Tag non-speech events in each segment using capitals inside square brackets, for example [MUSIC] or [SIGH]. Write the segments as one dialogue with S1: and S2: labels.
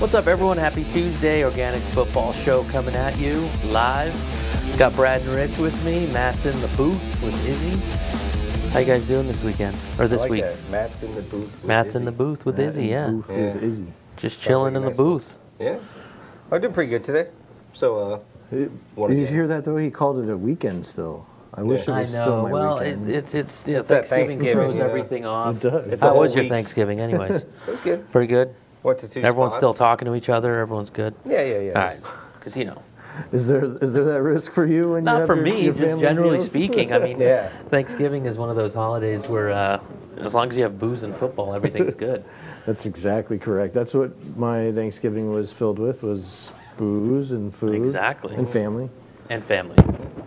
S1: What's up, everyone? Happy Tuesday. Organic football show coming at you live. Got Brad and Rich with me. Matt's in the booth with Izzy. How you guys doing this weekend or
S2: I
S1: this
S2: like
S1: week?
S2: that. Matt's in the booth. with
S1: Matt's
S2: Izzy.
S1: in the booth with
S3: Matt
S1: Izzy.
S3: and
S1: Yeah,
S3: Booth
S2: Yeah.
S3: with Izzy.
S1: just
S2: Sounds like
S1: chilling
S2: a
S1: in the
S2: nice little-
S1: booth.
S2: Yeah. I did pretty good today. So, uh,
S3: It-
S2: What a
S3: did you
S2: game.
S3: hear that though? He called it a weekend still. I wish
S2: Yeah.
S3: it
S1: I
S3: was still
S1: know.
S3: my
S1: Well, it,
S3: weekend.
S1: it's it's yeah.
S2: It's that
S1: Thanksgiving,
S2: Thanksgiving,
S1: throws
S2: you know?
S1: everything off.
S3: It does.
S2: It's a
S1: How
S2: whole
S1: was your
S2: week.
S1: Thanksgiving,
S2: [LAUGHS]
S1: anyways?
S2: it was good.
S1: Pretty good.
S2: Went to two
S1: Everyone's still
S2: spots.
S1: talking to each other. Everyone's good.
S2: Yeah, yeah, yeah.
S1: All right, because you know,
S3: is there is there that risk for you when you
S1: not
S3: have
S1: for
S3: your,
S1: me.
S3: your
S1: Just
S3: family
S1: generally
S3: meals?
S1: speaking, I
S3: [LAUGHS]
S1: mean,
S2: Yeah.
S1: Thanksgiving is one of those holidays where, uh, as long as you have booze and football, everything's good.
S3: That's exactly correct. That's what my Thanksgiving was filled with was [LAUGHS] booze and food.
S1: Exactly.
S3: And Hmm. family.
S1: and family.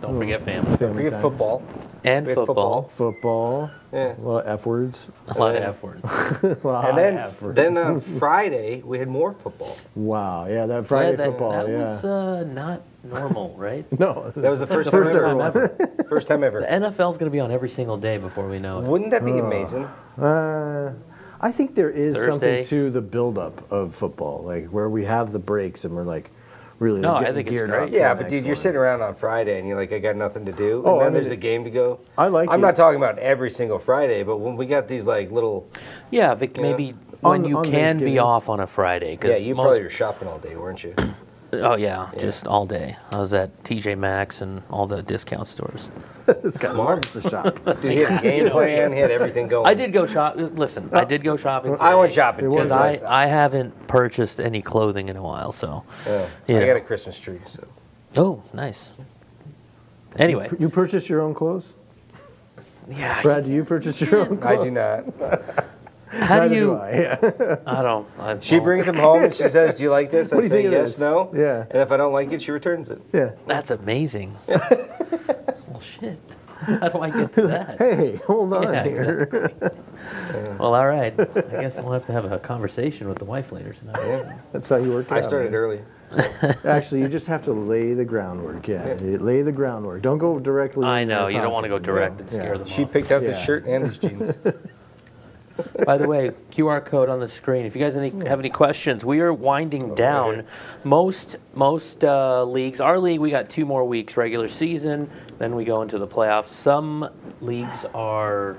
S1: Don't forget family
S3: Family
S2: Forget
S3: times.
S2: football.
S1: and
S2: We had
S1: football.
S2: football.
S3: Football.
S2: Yeah.
S3: A lot of F words. [LAUGHS]
S1: A lot of F words.
S3: A lot
S2: And then,
S3: of F words.
S2: then uh,
S3: [LAUGHS]
S2: Friday we had more football.
S3: wow, yeah, that Friday
S1: Yeah, that,
S3: football,
S1: That
S3: yeah.
S1: was uh, not normal, right?
S3: [LAUGHS] no,
S2: That was the first,
S3: first
S2: time,
S1: time
S2: ever. first time
S1: the [LAUGHS]
S2: ever.
S1: NFL's going to be on every single day before we know it.
S2: Wouldn't that be amazing?
S3: Uh, I think there is
S1: Thursday.
S3: something to the buildup of football, like where we have the breaks and we're like really
S1: No, I
S3: getting
S1: think it's
S3: geared
S1: great.
S3: up. for
S2: Yeah,
S3: the
S2: but
S3: next
S2: dude, you're
S3: one.
S2: sitting around on Friday and you're like, I got nothing to do.
S3: Oh,
S2: and
S3: I
S2: then
S3: mean,
S2: there's a game to go.
S3: I like
S2: I'm
S3: it.
S2: not talking about every single Friday, but when we got these like little,
S1: Yeah, Vic,
S2: Yeah.
S1: maybe
S3: On-
S1: when you
S3: on
S1: can be
S3: Thanksgiving.
S1: off on a Friday. 'cause
S2: yeah, you
S1: most-
S2: probably were shopping all day,
S1: [LAUGHS]
S2: weren't you?
S1: Oh, yeah, just all day. I was at TJ Maxx and all the discount stores.
S3: this guy loves the
S1: [LAUGHS]
S3: shop.
S2: Dude, he had a game plan. He had everything
S3: Oh.
S2: going.
S1: I did go shop. Listen,
S3: Uh,
S1: I did go shopping.
S2: I went
S1: today,
S2: shopping
S3: It
S2: too.
S3: was-
S1: Because
S2: so I,
S1: I, I haven't purchased any clothing in a while, so.
S2: yeah.
S1: Yeah.
S2: I got a Christmas tree. So
S1: Oh, nice. Anyway,
S3: You purchase your own clothes,
S1: yeah.
S3: Brad? Do you purchase your own?
S2: I
S3: clothes?
S2: do not.
S1: How
S3: Neither
S1: do
S3: do
S1: you?
S3: I. [LAUGHS] Yeah.
S1: I don't. [LAUGHS] I,
S2: She
S1: well,
S2: brings them home and she says, "Do you like this?" I
S3: What do you
S2: say
S3: think it
S2: yes,
S3: is?
S2: no.
S3: Yeah.
S2: And if I don't like it, she returns it.
S3: yeah.
S1: That's
S3: [LAUGHS]
S1: amazing. well, shit. How do I get to that?
S3: Hey, [LAUGHS] hold on
S1: [LAUGHS] Yeah,
S3: here.
S1: Well, all right. I guess we'll have to have a conversation with the wife later tonight.
S3: That's how you work. it
S2: I
S3: out,
S2: started
S3: man.
S2: early.
S3: Actually, you just have to lay the groundwork. Yeah, lay the groundwork. Don't go directly.
S1: I know you don't want to go direct and
S3: Yeah.
S1: scare them
S2: She
S1: off.
S2: picked out this
S3: Yeah.
S2: shirt and these jeans.
S3: [LAUGHS]
S1: By the way, QR code on the screen. If you guys any, have any questions, we are winding down. Most most uh, leagues, our league, we got two more weeks regular season, then we go into the playoffs. Some leagues are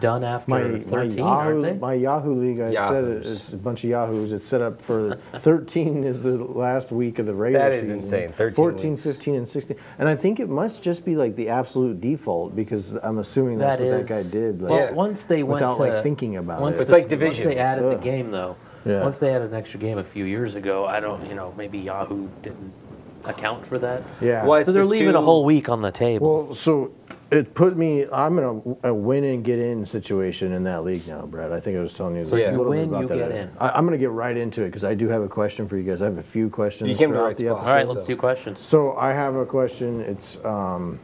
S1: done after
S3: My, my,
S1: 13, aren't
S3: Yahoo,
S1: they?
S3: my Yahoo league, I said it,
S2: Yahoos.
S3: it's a bunch of Yahoos. It's set up for 13 is the last week of the regular
S2: That is
S3: season.
S2: insane, 13
S3: 14,
S2: weeks.
S3: 15, and 16. And I think it must just be like the absolute default because I'm assuming that's
S1: That
S3: what
S1: is-
S3: that guy did. Like,
S1: Well,
S2: Yeah.
S1: once they went
S3: Without,
S1: to,
S3: like, thinking about
S1: once
S3: it.
S2: It's like
S1: Once
S2: divisions.
S1: they added the
S3: Ugh.
S1: game though,
S3: Yeah.
S1: once they added an extra game a few years ago, I don't, you know, maybe Yahoo didn't account for that.
S3: Yeah.
S2: Why- It's
S1: So they're
S2: the
S1: leaving a
S2: two-
S1: whole week on the table.
S3: Well, so it put me, I'm in a, a win and get in situation in that league now, Brad. I think I was telling you,
S2: So
S3: a
S2: if you
S3: little
S1: win,
S3: bit about
S1: you
S3: that.
S1: get
S3: earlier.
S1: in.
S3: I, I'm going to get right into it because I do have a question for you guys. I have a few questions
S2: You came to the
S3: throughout
S2: right
S3: the
S2: spot.
S3: episode.
S1: All right,
S2: so-
S1: let's do questions.
S3: So I have a question. It's um,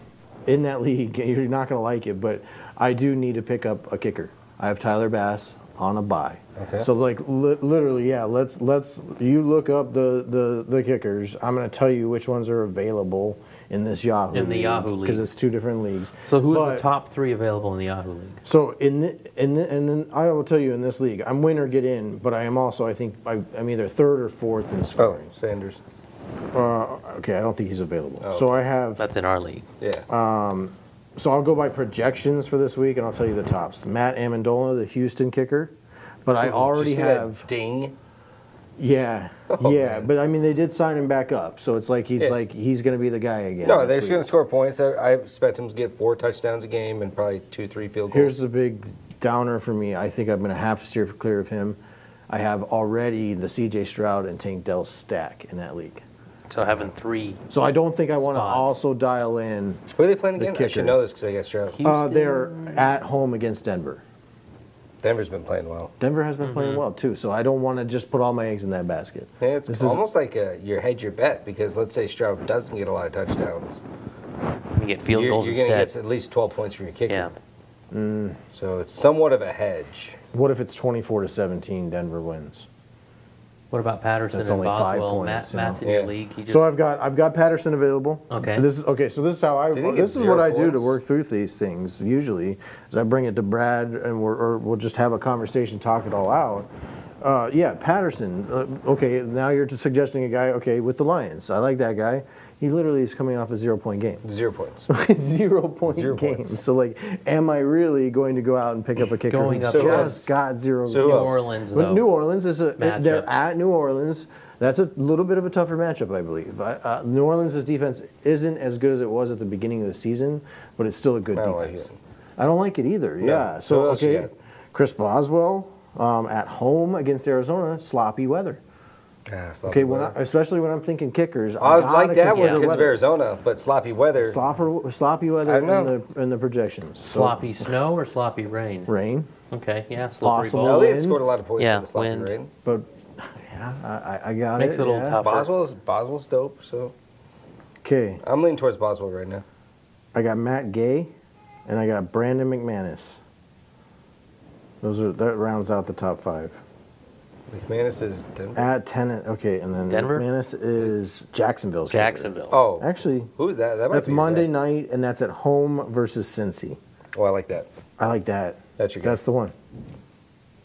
S3: in that league. [LAUGHS] You're not going to like it, but I do need to pick up a kicker. I have Tyler Bass on a buy.
S2: Okay.
S3: So like li- literally, yeah. Let's let's you look up the the the kickers. I'm going to tell you which ones are available in this Yahoo
S1: In the Yahoo league.
S3: because it's two different leagues.
S1: So who are
S3: But-
S1: the top three available in the Yahoo League?
S3: so in the, in the, and then I will tell you in this league, I'm win or get in, but I am also I think I, I'm either third or fourth in
S2: Oh,
S3: scoring.
S2: Sanders.
S3: Okay, I don't think he's available.
S2: Oh.
S3: So I have
S1: Oh. That's in our league.
S2: Yeah.
S3: Um, So I'll go by projections for this week, and I'll tell you the tops. Matt Amendola, the Houston kicker, but I
S2: Oh, Did you
S3: already
S2: see that
S3: have
S2: ding.
S3: yeah,
S2: Oh,
S3: yeah.
S2: man.
S3: But I mean, they did sign him back up, so it's like he's
S2: Yeah.
S3: like he's going to be the guy again.
S2: No,
S3: this
S2: they're just
S3: week.
S2: going to score points. I, I expect him to get four touchdowns a game and probably two, three field goals.
S3: Here's the big downer for me. I think I'm going to have to steer clear of him. I have already the C.J. Stroud and Tank Dell stack in that league,
S1: So having three.
S3: so I don't think I want to
S1: Spots.
S3: also dial in.
S2: Who are they playing
S3: the
S2: again? I
S3: kicker.
S2: should know this because they got Stroud.
S3: Uh,
S1: Houston-
S3: they're at home against Denver.
S2: Denver's been playing well.
S3: Denver has been
S2: Mm-hmm.
S3: playing well too, so I don't want to just put all my eggs in that basket.
S2: Yeah, it's
S3: This is-
S2: almost like a, you hedge your bet because let's say Stroud doesn't get a lot of touchdowns.
S1: you get field
S2: you're
S1: goals
S2: you're going to
S1: instead.
S2: get at least 12 points from your kicker.
S1: yeah.
S2: So it's somewhat of a hedge.
S3: What if it's 24 to 17, Denver wins?
S1: What about Patterson
S3: That's
S1: and
S3: only five
S1: Boswell? Matt,
S3: points, you know.
S1: Matt's in your
S2: Yeah.
S1: league. He just,
S3: So I've got I've got Patterson available.
S1: Okay.
S3: This is okay. So this is how I
S2: Did he get
S3: this is what
S2: zero
S3: I do to
S2: points?
S3: work through these things. Usually, is I bring it to Brad and we're, or we'll just have a conversation, talk it all out, Uh, yeah, Patterson. Uh, okay, now you're just suggesting a guy. Okay, with the Lions, I like that guy. He literally is coming off a zero point game. [LAUGHS]
S2: Zero points.
S3: zero point
S2: Zero
S3: game.
S2: points.
S3: So like, am I really going to go out and pick up a kicker
S1: Going
S3: who
S1: up
S3: just
S2: against-
S3: got zero?
S2: So who
S1: New
S2: else?
S1: Orleans,
S3: But
S1: though.
S3: New Orleans is a
S1: Matchup.
S3: they're at New Orleans. That's a little bit of a tougher matchup, I believe. I, uh, New Orleans' defense isn't as good as it was at the beginning of the season, but it's still a good
S2: I don't like
S3: defense.
S2: it.
S3: I don't like it either. Yeah. So
S2: Who else you
S3: okay,
S2: got?
S3: Chris Boswell um, at home against Arizona, sloppy weather.
S2: Ah, sloppy
S3: Okay, when I,
S2: weather.
S3: especially when I'm thinking kickers,
S2: I was like that one
S1: consider
S2: because of Arizona, but sloppy weather.
S3: Slopper, sloppy
S2: I
S3: weather in
S2: know.
S3: the in the projections. So,
S1: Sloppy snow or sloppy rain?
S3: rain,
S1: Okay, yeah, slippery
S3: Possible.
S1: ball.
S3: Well,
S2: Elliott
S3: wind.
S2: scored a lot of points
S1: Yeah,
S2: in the sloppy
S1: wind.
S2: rain.
S3: but [SIGHS] yeah, I, I- I got
S1: Makes
S3: it.
S1: it a little
S3: yeah.
S1: tough.
S2: Boswell's Boswell's dope, so
S3: Okay,
S2: I'm leaning towards Boswell right now.
S3: I got Matt Gay, and I got Brandon McManus. Those are that rounds out the top five.
S2: McManus is Denver.
S3: At Tennant, okay, and then
S1: Denver?
S3: McManus is Jacksonville's. favorite.
S1: Jacksonville.
S2: Oh,
S3: actually,
S2: who is that? That might
S3: that's
S2: be your
S3: Monday
S2: guy.
S3: night, and that's at home versus Cincy.
S2: Oh, I like that.
S3: I like that.
S2: That's your guy.
S3: That's the one.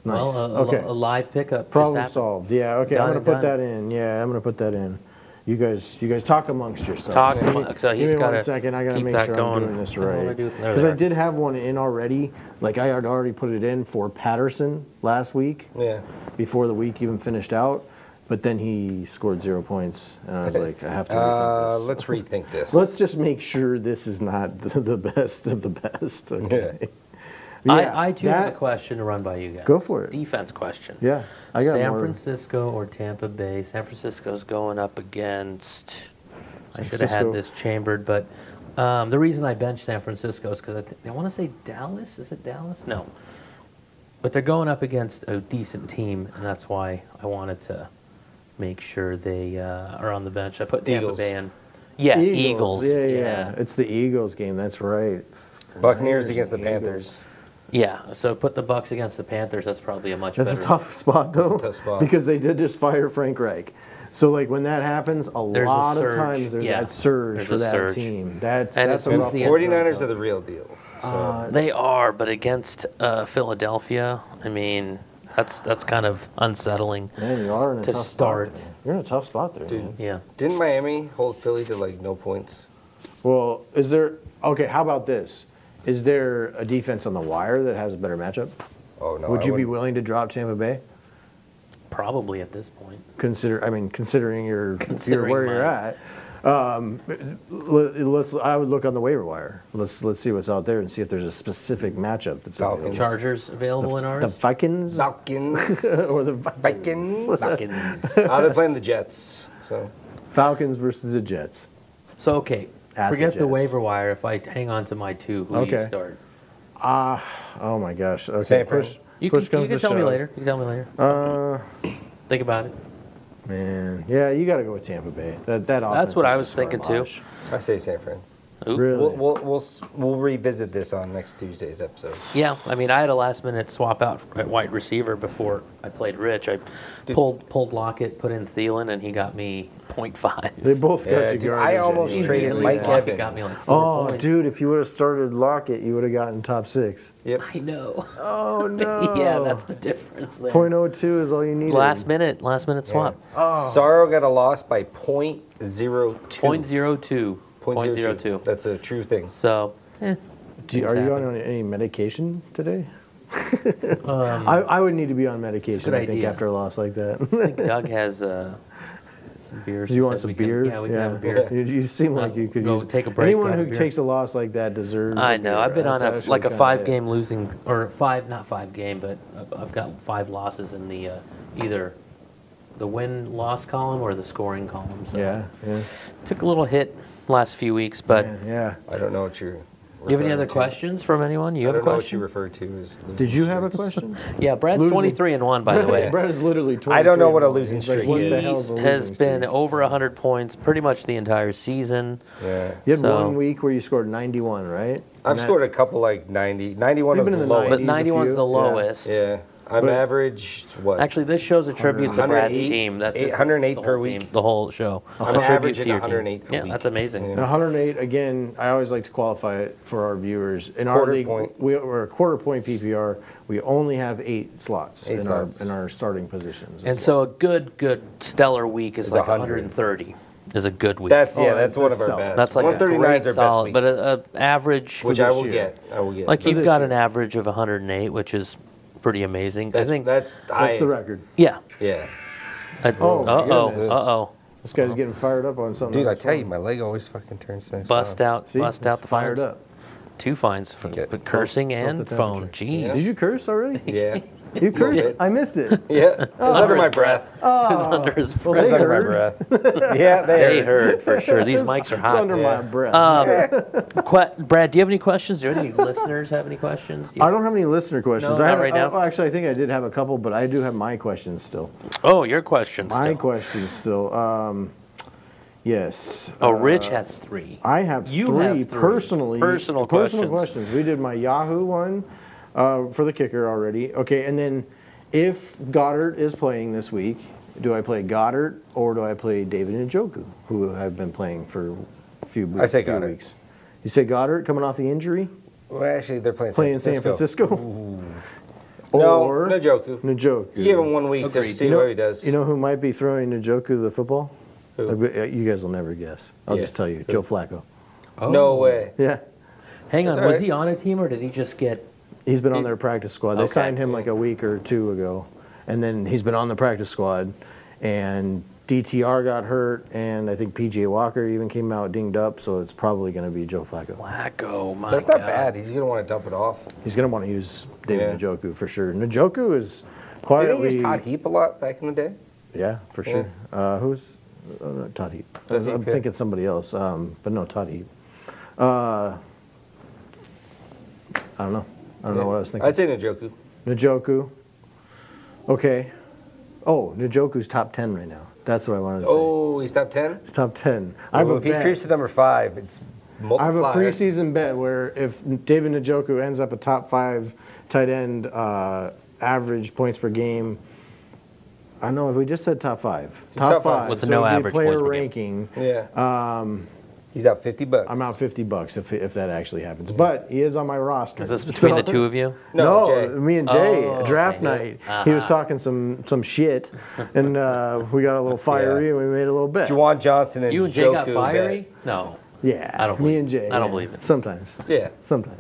S3: Nice.
S1: Well, a,
S3: okay.
S1: a, a live pickup. just
S3: Problem
S1: happened.
S3: solved. Yeah. Okay.
S1: Done
S3: I'm gonna
S1: and
S3: put
S1: done.
S3: that in. Yeah. I'm gonna put that in. You guys, you guys talk amongst yourselves.
S1: Talk
S3: Give me-
S1: among- so he's
S3: give me one
S1: gotta
S3: second. I gotta
S1: keep
S3: make
S1: that
S3: sure
S1: going.
S3: I'm doing this
S1: I don't wanna
S3: right.
S1: do- there
S3: Because
S1: they
S3: I
S1: are.
S3: did have one in already. Like I had already put it in for Patterson last week
S2: Yeah.
S3: before the week even finished out, but then he scored zero points, and I was like, I have to. rethink
S2: Uh,
S3: this.
S2: let's rethink this.
S3: Let's just make sure this is not [LAUGHS] the, the best of the best. Okay. Yeah,
S1: I, I too have
S3: that-
S1: a question to run by you guys.
S3: Go for it.
S1: Defense question.
S3: Yeah, I got
S1: San
S3: more.
S1: Francisco or Tampa Bay? San Francisco's going up against. I
S3: San
S1: should have had
S3: Francisco.
S1: this chambered, but um, the reason I bench San Francisco is because I, th- I want to say Dallas. Is it Dallas? No. But they're going up against a decent team, and that's why I wanted to make sure they uh, are on the bench. I put Tampa
S2: Eagles.
S1: Bay in. Yeah, Eagles.
S3: Yeah, yeah, It's the Eagles game. That's right.
S2: Buccaneers against the
S3: and Eagles.
S2: Panthers.
S1: Yeah, so put the Bucks against the Panthers. That's probably a much
S3: That's
S1: better.
S3: a tough spot though,
S2: tough spot.
S3: because they did just fire Frank Reich. So like when that happens, a
S1: There's a
S3: lot of
S1: surge,
S3: times there's
S1: yeah.
S3: that surge
S1: There's
S3: for
S1: a
S3: that
S1: surge.
S3: team. That's
S1: And
S3: that's
S1: it's
S3: a
S2: And
S1: who's
S2: the
S3: rough.
S1: the
S3: one. Uh,
S2: 49ers are the real deal. So
S1: They are, but against uh, Philadelphia, I mean, that's that's kind of unsettling.
S3: Man, you are in a
S1: to
S3: tough
S1: start.
S3: Spot. You're in a tough spot there.
S2: Dude.
S3: man.
S1: Yeah.
S2: didn't Miami hold Philly to like no points?
S3: Well, is there? Okay, how about this? Is there a defense on the wire that has a better matchup?
S2: Oh no.
S3: Would
S2: I
S3: you be
S2: wouldn't.
S3: willing to drop Tampa Bay?
S1: Probably at this point.
S3: Consider, I mean, considering your your
S1: Considering
S3: where you're
S1: mine.
S3: at. Um, let- let's. I would look on the waiver wire. Let's let's see what's out there and see if there's a specific matchup that's
S2: Falcons.
S3: available.
S1: Chargers available in ours?
S3: The Vikings
S2: Falcons?
S3: [LAUGHS] or the Vikings.
S2: Vikings.
S1: Falcons.
S2: uh, they're playing the Jets. So
S3: Falcons versus the Jets.
S1: [LAUGHS] so, okay,
S3: At the
S1: forget the,
S3: Jets.
S1: waiver wire. If I hang on to my two, who do you
S3: Okay.
S1: start?
S3: Oh my gosh. Okay.
S2: San Fran.
S3: push.
S1: You can,
S3: push
S1: you
S3: comes
S1: can
S3: to
S1: tell me
S3: shove.
S1: later. You can tell me later.
S3: Uh,
S1: Think about it.
S3: man. Yeah, you got to go with Tampa Bay. That that offense.
S1: what
S3: is
S1: I
S3: just
S1: was thinking, too.
S3: garbage.
S2: I say San Fran.
S1: Oop.
S3: Really?
S2: We'll, we'll we'll s- we'll revisit this on next Tuesday's episode.
S1: Yeah, I mean, I had a last minute swap out at wide receiver before I played Rich. I pulled pulled Lockett, put in Thielen, and he got me 0.5.
S3: They both
S2: Yeah,
S3: got you
S2: dude, I
S3: garbage.
S2: almost
S3: anyway.
S2: traded
S1: Immediately,
S2: Mike
S1: Lockett
S2: Evans.
S1: got me like four
S3: Oh,
S1: points.
S3: dude, if you would have started Lockett, you would have gotten top six.
S2: Yep.
S1: [LAUGHS] I know.
S3: Oh no.
S1: [LAUGHS] Yeah, that's the difference there.
S3: Point oh two is all you need.
S1: Last minute, last minute swap.
S3: Oh.
S2: Sorrow got a loss by point zero two.
S1: Point zero two.
S2: Point
S1: Point zero two.
S2: That's a true thing.
S1: So, eh,
S3: Do, are
S1: Things
S3: you
S1: happen.
S3: on any medication
S1: [LAUGHS]
S3: today? [LAUGHS] I, I would need to be on medication.
S1: Um, good
S3: I think
S1: idea.
S3: after a loss like that. [LAUGHS]
S1: I think Doug has uh, some beers.
S3: Do you
S1: He
S3: want
S1: said
S3: some
S1: we can-
S3: beer?
S1: yeah, we can have a beer.
S3: You, you seem like you could
S1: go
S3: use-
S1: take a break,
S3: Anyone
S1: grab a
S3: who
S1: beer.
S3: takes a loss like that deserves.
S1: I
S3: a
S1: know.
S3: beer.
S1: I've been on
S3: That's
S1: a
S3: actually
S1: like a
S3: kinda
S1: five
S3: it.
S1: game losing or five, not five game, but I've- I've got five losses in the uh, either the win loss column or the scoring column. So
S3: Yeah, yeah,
S1: took a little hit last few weeks, but.
S3: yeah, yeah.
S2: I don't know what you're.
S1: Do you have any other
S2: referring to.
S1: questions from anyone? You
S2: I
S1: have a
S2: don't know what
S1: question?
S2: you refer to as. losing
S3: Did you have a
S2: streaks.
S3: question?
S1: yeah, Brad's
S3: Losing.
S1: 23 and 1, [LAUGHS] by the
S2: [LAUGHS]
S1: way.
S3: Brett is literally. 23
S2: I don't know what a
S3: and one.
S2: losing
S3: He's like,
S2: streak
S3: what
S2: is.
S3: The hell is
S1: He
S3: a losing
S1: has been
S3: streak?
S1: over 100 points pretty much the entire season.
S2: Yeah.
S3: You had
S1: so-
S3: one week where you scored 91, right?
S2: I've
S3: And that-
S2: scored a couple like 90. 91
S3: We've
S2: was
S3: been
S2: the
S3: in the
S2: lowest.
S1: But
S3: He's a
S1: 91's the
S3: few, yeah.
S1: lowest.
S2: Yeah. I'm
S3: But-
S2: average what?
S1: Actually, this show's a tribute to Brad's
S2: 108
S1: team. That this is
S2: 108
S1: the
S2: per
S1: whole
S2: week.
S1: team, the whole show.
S2: I'm
S1: A tribute
S2: averaging
S1: to your team.
S2: 108 per
S1: Yeah,
S2: week.
S1: that's amazing.
S2: Yeah.
S3: And 108 again. I always like to qualify it for our viewers. In our
S2: Quarter
S3: league,
S2: point.
S3: we, we're a quarter point PPR. We only have eight slots
S2: Eight
S3: in
S2: slots.
S3: our in our starting positions.
S1: And so a good, good stellar week is
S2: It's
S1: like
S2: 100.
S1: 130 is a good week.
S2: that's yeah,
S3: Oh,
S2: that's one of our
S3: that's solid.
S2: best.
S1: That's like a
S2: 139
S1: great
S2: is our
S1: solid,
S2: best
S1: but
S2: week,
S1: an average.
S2: which
S3: for
S2: I
S3: this
S2: will
S3: year.
S2: get. I will get.
S1: like
S2: But
S1: you've
S3: this
S1: got
S3: year.
S1: an average of 108, which is pretty amazing.
S2: that's,
S1: I think.
S2: that's
S3: That's
S2: high.
S3: the record.
S1: yeah.
S2: Yeah.
S1: Uh
S3: Oh,
S1: oh. Uh
S2: goodness.
S1: oh. Uh oh.
S3: This guy's getting fired up on something.
S2: Dude, I
S3: else.
S2: tell you, my leg always fucking turns next.
S1: Bust out.
S3: See,
S1: bust
S3: he's
S1: out the
S3: fired
S1: fines.
S3: up.
S1: Two fines for
S2: Okay.
S1: for cursing
S3: Tilt- tilt
S1: and
S3: the
S1: phone.
S3: temperature.
S1: Jeez.
S2: Yeah.
S3: Did you
S1: [LAUGHS]
S3: curse already?
S2: Yeah.
S3: You
S2: bit.
S3: cursed. I missed it.
S2: Yeah. It was under
S1: his
S2: my breath.
S1: Oh. [LAUGHS] It's under his
S3: Oh.
S2: It
S3: [LAUGHS]
S2: was
S1: breath.
S2: under my breath. [LAUGHS] Yeah,
S1: They
S2: they
S1: heard for sure. These mics are
S3: It's
S1: hot. Um,
S3: under
S2: Yeah.
S3: my breath.
S1: Que- Brad, do you have any questions? Do any listeners have any questions? Do you-
S3: I don't have any listener questions.
S1: No, not
S3: I have,
S1: right now.
S3: oh, actually, I think I did have a couple, but I do have my questions still.
S1: Oh, your questions.
S3: My
S1: still.
S3: questions still. Um, yes.
S1: Oh, Rich has three.
S3: uh, I have,
S1: You
S3: three,
S1: have three
S3: personally.
S1: personal
S3: personal
S1: questions.
S3: questions. We did my Yahoo one uh, for the kicker already. Okay, and then if Goddard is playing this week, do I play Goddard or do I play David Njoku, who have been playing for a few,
S2: I say
S3: few
S2: Goddard.
S3: weeks? You say Goddard coming off the injury,
S2: [LAUGHS] Well, actually, they're playing
S3: playing San Francisco, [LAUGHS]
S2: No,
S3: or
S2: Njoku.
S3: Njoku.
S2: You give him one week
S1: Agreed.
S2: to see
S3: You know-
S2: how he does.
S3: You know who might be throwing Njoku the football?
S2: Who?
S3: Uh, but, uh, You guys will never guess. I'll
S2: Yeah.
S3: just tell you,
S2: Who?
S3: Joe Flacco.
S1: Oh
S2: no way.
S3: Yeah,
S1: Hang
S2: It's
S1: on,
S2: all
S1: was
S2: right.
S1: he on a team or did he just get?
S3: he's been on their practice squad. They
S1: Okay.
S3: signed him like a week or two ago, and then he's been on the practice squad. And DTR got hurt, and I think PJ Walker even came out dinged up, so it's probably going to be Joe Flacco.
S1: Wacko, my
S2: That's not
S1: God.
S2: bad. He's gonna want to dump it off.
S3: He's going to want to use David
S2: Yeah.
S3: Njoku for sure. Njoku is
S2: Did he
S3: quietly.
S2: use Todd Heap a lot back in the day?
S3: Yeah, for sure. Uh, who's uh, not Todd Heap?
S2: Todd
S3: I'm,
S2: Heap,
S3: I'm
S2: yeah.
S3: thinking somebody else, um, but no, Todd Heap. Uh, I don't know. I don't know what I was thinking.
S2: I'd say Njoku.
S3: Njoku. Okay. Oh, Njoku's top ten right now. That's what I wanted to say.
S2: Oh, he's top ten.
S3: He's top ten. I have
S1: Oh,
S2: Well,
S3: a
S2: if he
S3: bet.
S2: creeps to number five, it's
S3: I have
S2: multiplier.
S3: a preseason bet where if David Njoku ends up a top five tight end uh, average points per game, I know if we just said top five, top,
S2: Top five.
S3: five
S1: With
S3: so
S1: no
S3: it'd be
S1: average
S3: player
S1: points per game.
S3: ranking.
S2: Yeah. Um, he's out fifty bucks.
S3: I'm out fifty bucks if if that actually happens, but he is on my roster.
S1: Is this between the two of you?
S2: No,
S3: No,
S2: Jay.
S3: me and Jay
S1: Oh,
S3: draft
S1: okay.
S3: night. He was talking some some shit, and uh, we got
S1: [LAUGHS]
S3: a little fiery
S2: Yeah.
S3: and we made a little bet.
S2: Juwan Johnson and
S1: You and Jay
S2: Njoku
S1: got
S2: bet.
S1: fiery? No.
S3: Yeah,
S1: I don't
S3: me
S1: believe
S3: and
S1: it.
S3: Jay.
S1: I don't
S3: yeah.
S1: believe it.
S3: Sometimes,
S2: Yeah.
S3: sometimes.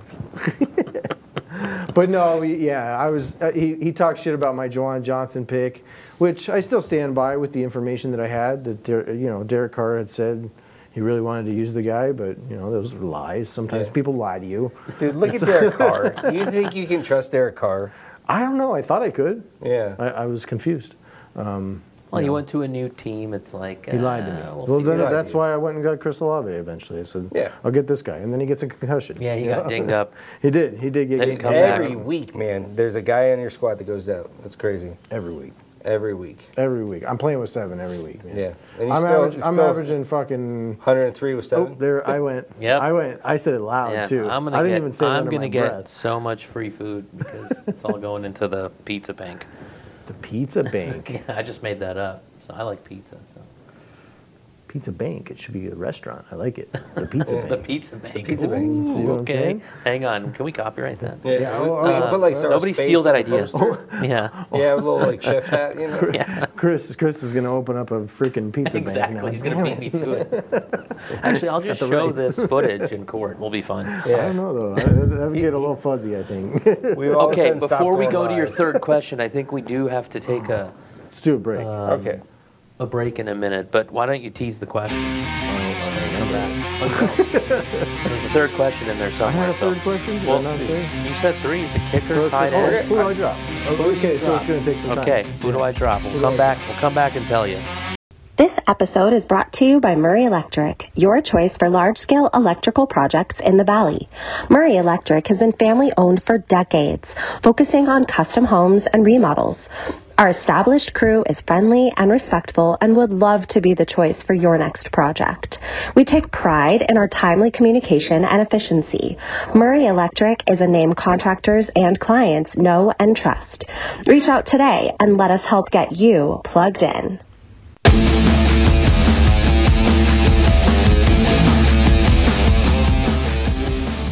S3: [LAUGHS] but no, we, yeah, I was. Uh, he he talked shit about my Jawan Johnson pick, which I still stand by with the information that I had that Der- you know Derek Carr had said. He really wanted to use the guy, but you know those are lies. Sometimes
S2: Yeah.
S3: people lie to you.
S2: Dude, look at Derek
S3: [LAUGHS]
S2: Carr. You think you can trust Derek Carr?
S3: I don't know. I thought I could.
S2: Yeah.
S3: I, I was confused.
S1: Well, you went to a new team. It's like
S3: He lied to me.
S1: uh,
S3: Well,
S1: We'll see
S3: then
S1: what-
S2: lied to
S3: that's
S2: you.
S3: why I went and got Chris Olave eventually. I said,
S2: Yeah.
S3: I'll get this guy. And then he gets a concussion.
S1: yeah, he
S3: You
S1: got
S3: know?
S1: dinged up.
S3: [LAUGHS] He did. He did get
S1: Didn't
S3: dinged
S1: come
S3: up.
S1: back.
S2: Every week, man, there's a guy on your squad that goes out. That's crazy.
S3: Every week.
S2: Every week.
S3: Every week. I'm playing with seven every week. man.
S2: Yeah. And
S3: I'm,
S2: still-
S3: average,
S2: he's
S3: I'm
S2: still
S3: averaging fucking.
S2: 103 with
S3: Oh,
S2: seven.
S3: there I went.
S1: [LAUGHS] Yep.
S3: I went. I said it loud
S1: Yeah,
S3: too.
S1: I'm gonna
S3: I didn't
S1: get.
S3: even say it
S1: I'm
S3: under
S1: gonna
S3: my
S1: get
S3: breath.
S1: so much free food because it's all going into the pizza bank.
S3: the
S1: [LAUGHS]
S3: pizza bank.
S1: Yeah, I just made that up. So I like pizza. So
S3: pizza bank. It should be a restaurant. I like it. The
S1: [LAUGHS]
S3: pizza
S1: the
S3: bank.
S1: pizza bank.
S2: pizza bank.
S1: Ooh,
S3: See what I'm
S1: okay.
S3: saying?
S1: Hang on. Can we copyright that?
S2: yeah.
S3: Yeah,
S2: we-
S3: oh,
S2: we
S3: oh,
S2: can put, like,
S3: uh,
S2: our
S1: Nobody
S2: space
S1: steal that
S2: on the
S1: idea.
S2: poster.
S1: [LAUGHS] Yeah.
S2: yeah, a little like chef hat, you know.
S1: Yeah.
S3: Chris Chris is gonna open up a freaking pizza bank. now.
S1: Exactly. He's gonna beat me to
S3: [LAUGHS]
S1: it. Actually, I'll just
S3: got the
S1: show
S3: rights.
S1: this footage in court. We'll be fine.
S3: [LAUGHS] I don't know though. I- That would get a little fuzzy. I think. [LAUGHS]
S2: We all of a
S1: Okay,
S2: sudden stopped
S1: before we
S2: going
S1: go to your
S2: live.
S1: third question, I think we do have to
S3: [SIGHS]
S1: take a,
S3: Let's do a
S1: Uh,
S3: break.
S2: Okay.
S1: a break in a minute, but why don't you tease the question?
S3: Oh,
S1: Come back.
S3: [LAUGHS]
S1: There's a third question in there
S3: I
S1: somewhere.
S3: had a
S1: so-
S3: third question. Did
S1: Well,
S3: I not say?
S1: you said three. It's a kicker,
S3: So it's
S1: tight
S3: like, oh,
S1: end.
S3: who do I drop? Okay, so Oh, it's going to take some time.
S1: Okay, who do I drop? We'll come back. We'll come back and tell you.
S4: This episode is brought to you by Murray Electric, your choice for large scale electrical projects in the Valley. Murray Electric has been family owned for decades, focusing on custom homes and remodels. Our established crew is friendly and respectful and would love to be the choice for your next project. We take pride in our timely communication and efficiency. Murray Electric is a name contractors and clients know and trust. Reach out today and let us help get you plugged in.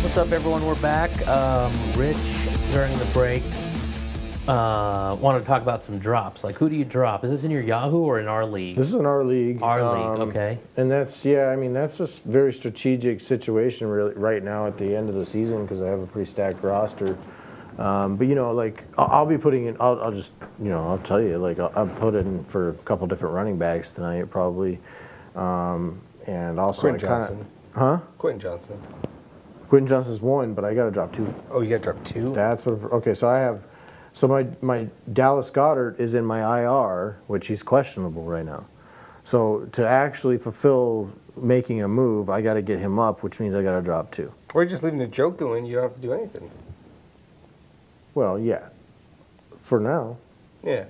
S1: What's up, everyone? We're back. Um, Rich, during the break, uh, wanted to talk about some drops. Like, who do you drop? Is this in your Yahoo or in our league?
S3: This is in our league. um,
S1: Our league, okay.
S3: And that's yeah. I mean, that's just very strategic situation really right now at the end of the season because I have a pretty stacked roster. Um, but you know, like I- I'll be putting in. I'll, I'll just you know I'll tell you like I'll, I'll put in for a couple different running backs tonight probably, um, and also
S2: Quentin
S3: I kinda-
S2: Johnson.
S3: Huh?
S2: Quentin Johnson.
S3: Quentin Johnson's one, but I got to drop two.
S2: Oh, you got to drop two?
S3: That's what. Okay, so I have. So my my Dallas Goddard is in my IR, which he's questionable right now. So to actually fulfill making a move, I got to get him up, which means I got to drop two.
S2: We're just leaving the joke doing. You don't have to do anything.
S3: Well, yeah. For now,
S2: Yeah.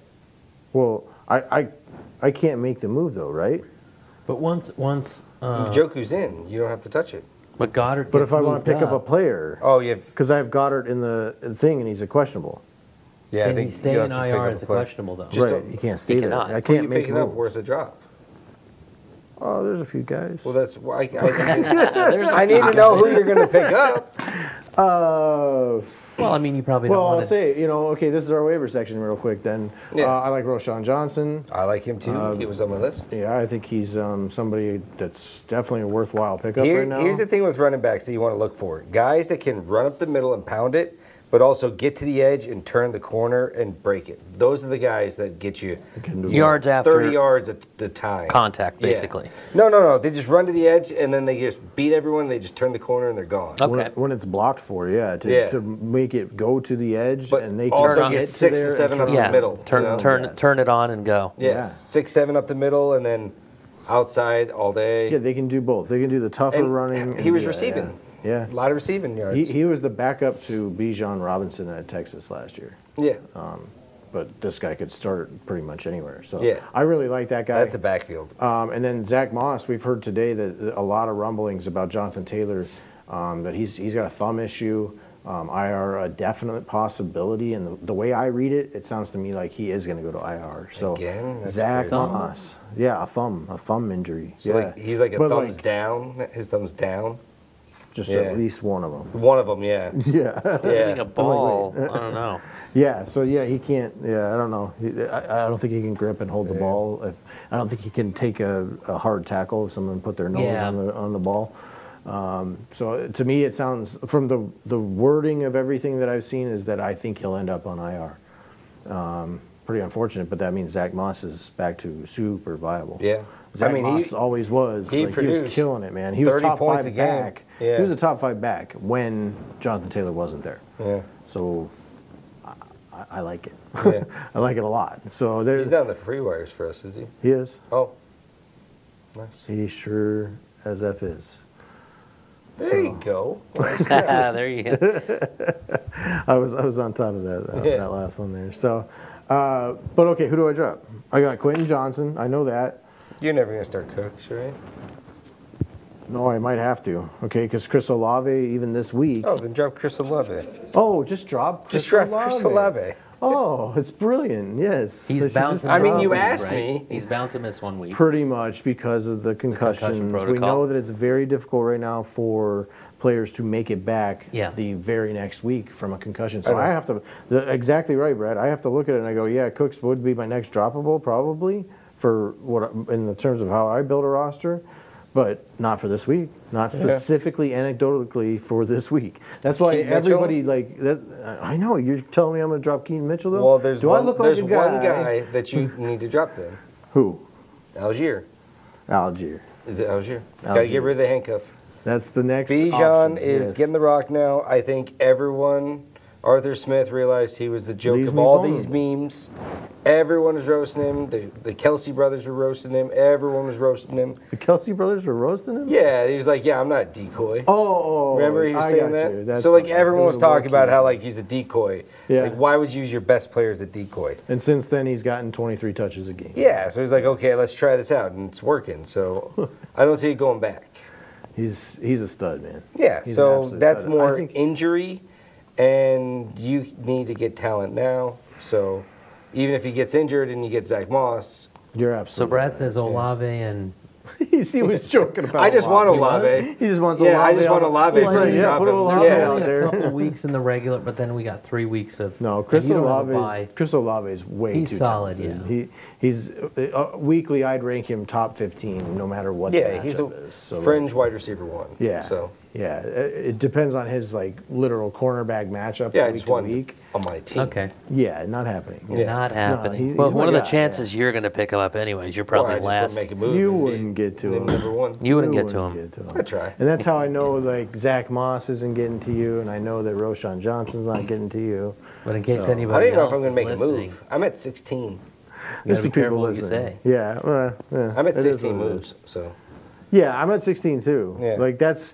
S3: well, I I, I can't make the move though, right?
S1: But once, once, uh,
S2: Joku's in. You don't have to touch it.
S1: but Goddard.
S3: But
S1: gets
S3: if I
S1: moved
S3: want to pick up a player,
S2: Oh, yeah.
S3: because I have Goddard in the thing and he's a questionable.
S2: Yeah,
S1: Can he stay
S2: you'll
S1: in
S2: have to pick
S1: IR
S2: up
S1: as a
S2: player.
S1: questionable though?
S2: Just
S3: right,
S2: don't-
S3: he can't stay there.
S1: cannot. Who
S3: I
S2: Who are
S3: can't
S2: you
S3: make
S2: picking up? Where's
S3: moves.
S2: the drop?
S3: Oh, there's a few guys.
S2: Well,
S1: [LAUGHS]
S2: that's why
S3: [LAUGHS]
S2: I,
S1: There's a
S2: I, I need to know who you're going to pick up.
S3: uh,
S1: Well, I mean, you probably
S3: Well,
S1: don't
S3: I'll
S1: want
S3: say, you know, okay, this is our waiver section real quick then.
S2: Yeah.
S3: Uh, I like Roshan Johnson.
S2: I like him too. he was on my list.
S3: Yeah, I think he's um, somebody that's definitely a worthwhile pickup
S2: Here-
S3: right now.
S2: Here's the thing with running backs that you want to look for guys that can run up the middle and pound it, but also get to the edge and turn the corner and break it. Those are the guys that get you
S3: Can do
S1: yards after
S2: 30 yards at the time.
S1: contact,
S2: Yeah.
S1: basically.
S2: No, no, no. They just run to the edge and then they just beat everyone. They just turn the corner and they're gone.
S1: Okay.
S3: When, when it's blocked for, yeah to,
S2: Yeah.
S3: to make it go to the edge
S2: But
S3: and they
S2: also
S3: can
S1: get
S3: get
S2: six
S3: to
S2: to
S3: there
S2: seven
S3: and
S2: on the
S1: Yeah,
S2: middle,
S1: turn,
S2: you know?
S1: turn,
S3: Yes.
S1: turn it on and go.
S2: [LAUGHS] Yeah.
S3: Yeah.
S2: Six, seven up the middle and then outside all day.
S3: Yeah, they can do both. They can do the tougher
S2: And
S3: running.
S2: He
S3: and-
S2: was
S3: yeah,
S2: receiving.
S3: Yeah.
S2: A lot of receiving
S3: yeah.
S2: yards.
S3: He, he was the backup to Bijan Robinson at Texas last year,
S2: yeah.
S3: Oh, but this guy could start pretty much anywhere. So
S2: Yeah.
S3: I really like that guy.
S2: That's a backfield.
S3: Um, and then Zach Moss, we've heard today that a lot of rumblings about Jonathan Taylor, um, that he's he's got a thumb issue. Um, IR a definite possibility, and the, the way I read it, it sounds to me like he is going to go to IR. So
S2: Again? That's
S3: Zach
S2: crazy.
S3: Moss, yeah, a thumb, a thumb injury.
S2: So
S3: yeah,
S2: like, he's like a
S3: But,
S2: thumbs
S3: like,
S2: down. His thumbs down.
S3: Just
S2: Yeah.
S3: at least one of them.
S2: One of them,
S3: [LAUGHS]
S2: yeah.
S3: Yeah,
S1: Hitting a
S2: yeah.
S1: ball. I don't know. [LAUGHS]
S3: yeah. So yeah, he can't. Yeah, I don't know. He- I, I don't think he can grip and hold the ball. If I don't think he can take a, a hard tackle if someone put their nose
S1: Yeah.
S3: on the on the ball. Um, so to me, it sounds from the the wording of everything that I've seen is that I think he'll end up on IR. Um, pretty unfortunate, but that means Zach Moss is back to super viable.
S2: Yeah.
S3: Zach
S2: I mean, he-
S3: Moss always was.
S2: he
S3: like, he was
S2: produced
S3: killing it, man. He was
S2: 30
S3: top
S2: points
S3: five
S2: a game.
S3: back.
S2: Yeah.
S3: He was a top five back when Jonathan Taylor wasn't there.
S2: Yeah.
S3: So I, I- I like it.
S2: Yeah.
S3: [LAUGHS] I like it a lot. So there's
S2: He's down the free wires for us, is he?
S3: he is.
S2: Oh. Nice.
S3: He sure as f is.
S2: There
S3: So-
S2: you go.
S1: there you
S3: [LAUGHS]
S1: go.
S3: I was I was on top of that that,
S2: Yeah.
S3: that last one there. So, uh, but okay, who do I drop? I got Quentin Johnson. I know that.
S2: You're never gonna start Cooks, right?
S3: No, I might have to. Okay, because Chris Olave even this week.
S2: Oh,
S3: Oh,
S2: then drop Chris Olave.
S3: just drop. Chris
S2: Just drop Chris Olave.
S3: Oh, it's brilliant. Yes, They
S1: He's
S3: should just
S1: bouncing.
S2: I mean,
S3: drop
S2: you
S3: him.
S2: asked me.
S1: He's bound to miss one week.
S3: Pretty much because of the concussions. we
S1: protocol.
S3: know that it's very difficult right now for players to make it back
S1: Yeah.
S3: the very next week from a concussion. So
S2: I know.
S3: I, have to, the, exactly right, Brad. I have to look at it and I go, yeah, Cooks would be my next droppable probably for what in the terms of how I build a roster, but not for this week. Not specifically anecdotally for this week. That's why
S2: Keaton Mitchell?
S3: everybody like that. I know you're telling me I'm going to drop Keenan Mitchell though.
S2: Well, there's
S3: do
S2: one,
S3: I look like
S2: there's
S3: a guy?
S2: one guy that you need to drop then.
S3: Who?
S2: Algier.
S3: Algier.
S2: Is it Algier. Got to
S3: Algier.
S2: get rid of the handcuff.
S3: That's the next.
S2: Bijan
S3: option,
S2: is
S3: yes.
S2: getting the rock now. I think everyone Arthur Smith realized he was the joke
S3: Leaves
S2: of
S3: me
S2: all these
S3: vulnerable.
S2: memes. Everyone was roasting him. The, the Kelsey brothers were roasting him. Everyone was roasting him.
S3: The Kelsey brothers were roasting him.
S2: Yeah, he was like, "Yeah, I'm not a decoy."
S3: Oh, oh,
S2: Remember he was
S3: I
S2: saying
S3: got you.
S2: that?
S3: That's
S2: so like
S3: fine.
S2: everyone
S3: It
S2: was
S3: a
S2: talking
S3: low-key-
S2: about how like he's a decoy.
S3: Yeah.
S2: Like why would you use your best player as a decoy?
S3: And since then, he's gotten 23 touches a game.
S2: Yeah, so he's like, okay, let's try this out, and it's working. So
S3: [LAUGHS]
S2: I don't see it going back.
S3: He's he's a stud, man.
S2: Yeah,
S3: He's an
S2: so
S3: absolute
S2: that's
S3: stud. I
S2: more
S3: think-
S2: injury, and you need to get talent now. So even if he gets injured and you get Zach Moss,
S3: You're
S1: So
S3: absolutely.
S1: Brad says Olave and
S3: [LAUGHS] he was joking about.
S2: I just want Olave.
S3: He just wants
S2: yeah, I
S3: Olave
S2: just want
S3: out-
S2: Olave.
S3: He's like,
S2: to
S3: yeah,
S2: drop
S3: put
S2: him.
S3: Olave
S2: Yeah.
S3: out.
S1: only
S3: there.
S1: a [LAUGHS] couple
S3: [LAUGHS]
S1: weeks in the regular, but then we got three weeks of
S3: No,
S1: and
S3: Chris
S1: you don't have a
S3: Olave.
S1: bye.
S3: Chris Olave is way
S1: He's
S3: too
S1: solid,
S3: talented.
S1: yeah.
S3: He he's uh, uh, weekly. I'd rank him top 15, no matter what. the
S2: Yeah, he's
S3: matchup
S2: a
S3: is. So,
S2: fringe wide receiver one.
S3: Yeah.
S2: So
S3: yeah, it, it depends on his like literal cornerback matchup.
S2: yeah,
S3: week
S2: I just
S3: to
S2: wanted
S3: week.
S2: on my team.
S1: Okay,
S3: Yeah, not happening.
S2: Yeah.
S1: not
S3: No,
S1: happening.
S3: he's-
S1: well,
S3: he's my
S1: one of the
S3: guy,
S1: chances you're going to pick him up anyways. You're probably
S2: Well, I
S1: last.
S2: just wouldn't make a move.
S3: You
S2: and be
S3: wouldn't get to
S2: named
S3: him.
S2: Number one.
S1: you wouldn't
S3: You
S1: get to him.
S3: wouldn't get to
S2: I try.
S3: And that's how I know like Zach Moss isn't getting to you, and I know that Roshan Johnson's not getting to you.
S1: But in case
S3: So-
S2: I don't
S1: anybody
S2: even know
S1: else
S2: if I'm going
S1: is
S2: to make a
S1: listening,
S2: move. I'm at 16.
S1: you
S3: This
S1: gotta
S3: is
S1: be
S3: people
S1: careful what you say.
S3: listening. Yeah, well, yeah.
S2: I'm at
S3: it is
S2: 16
S3: what it
S2: moves.
S3: is.
S2: So,
S3: Yeah, I'm at 16 too.
S2: Yeah.
S3: Like that's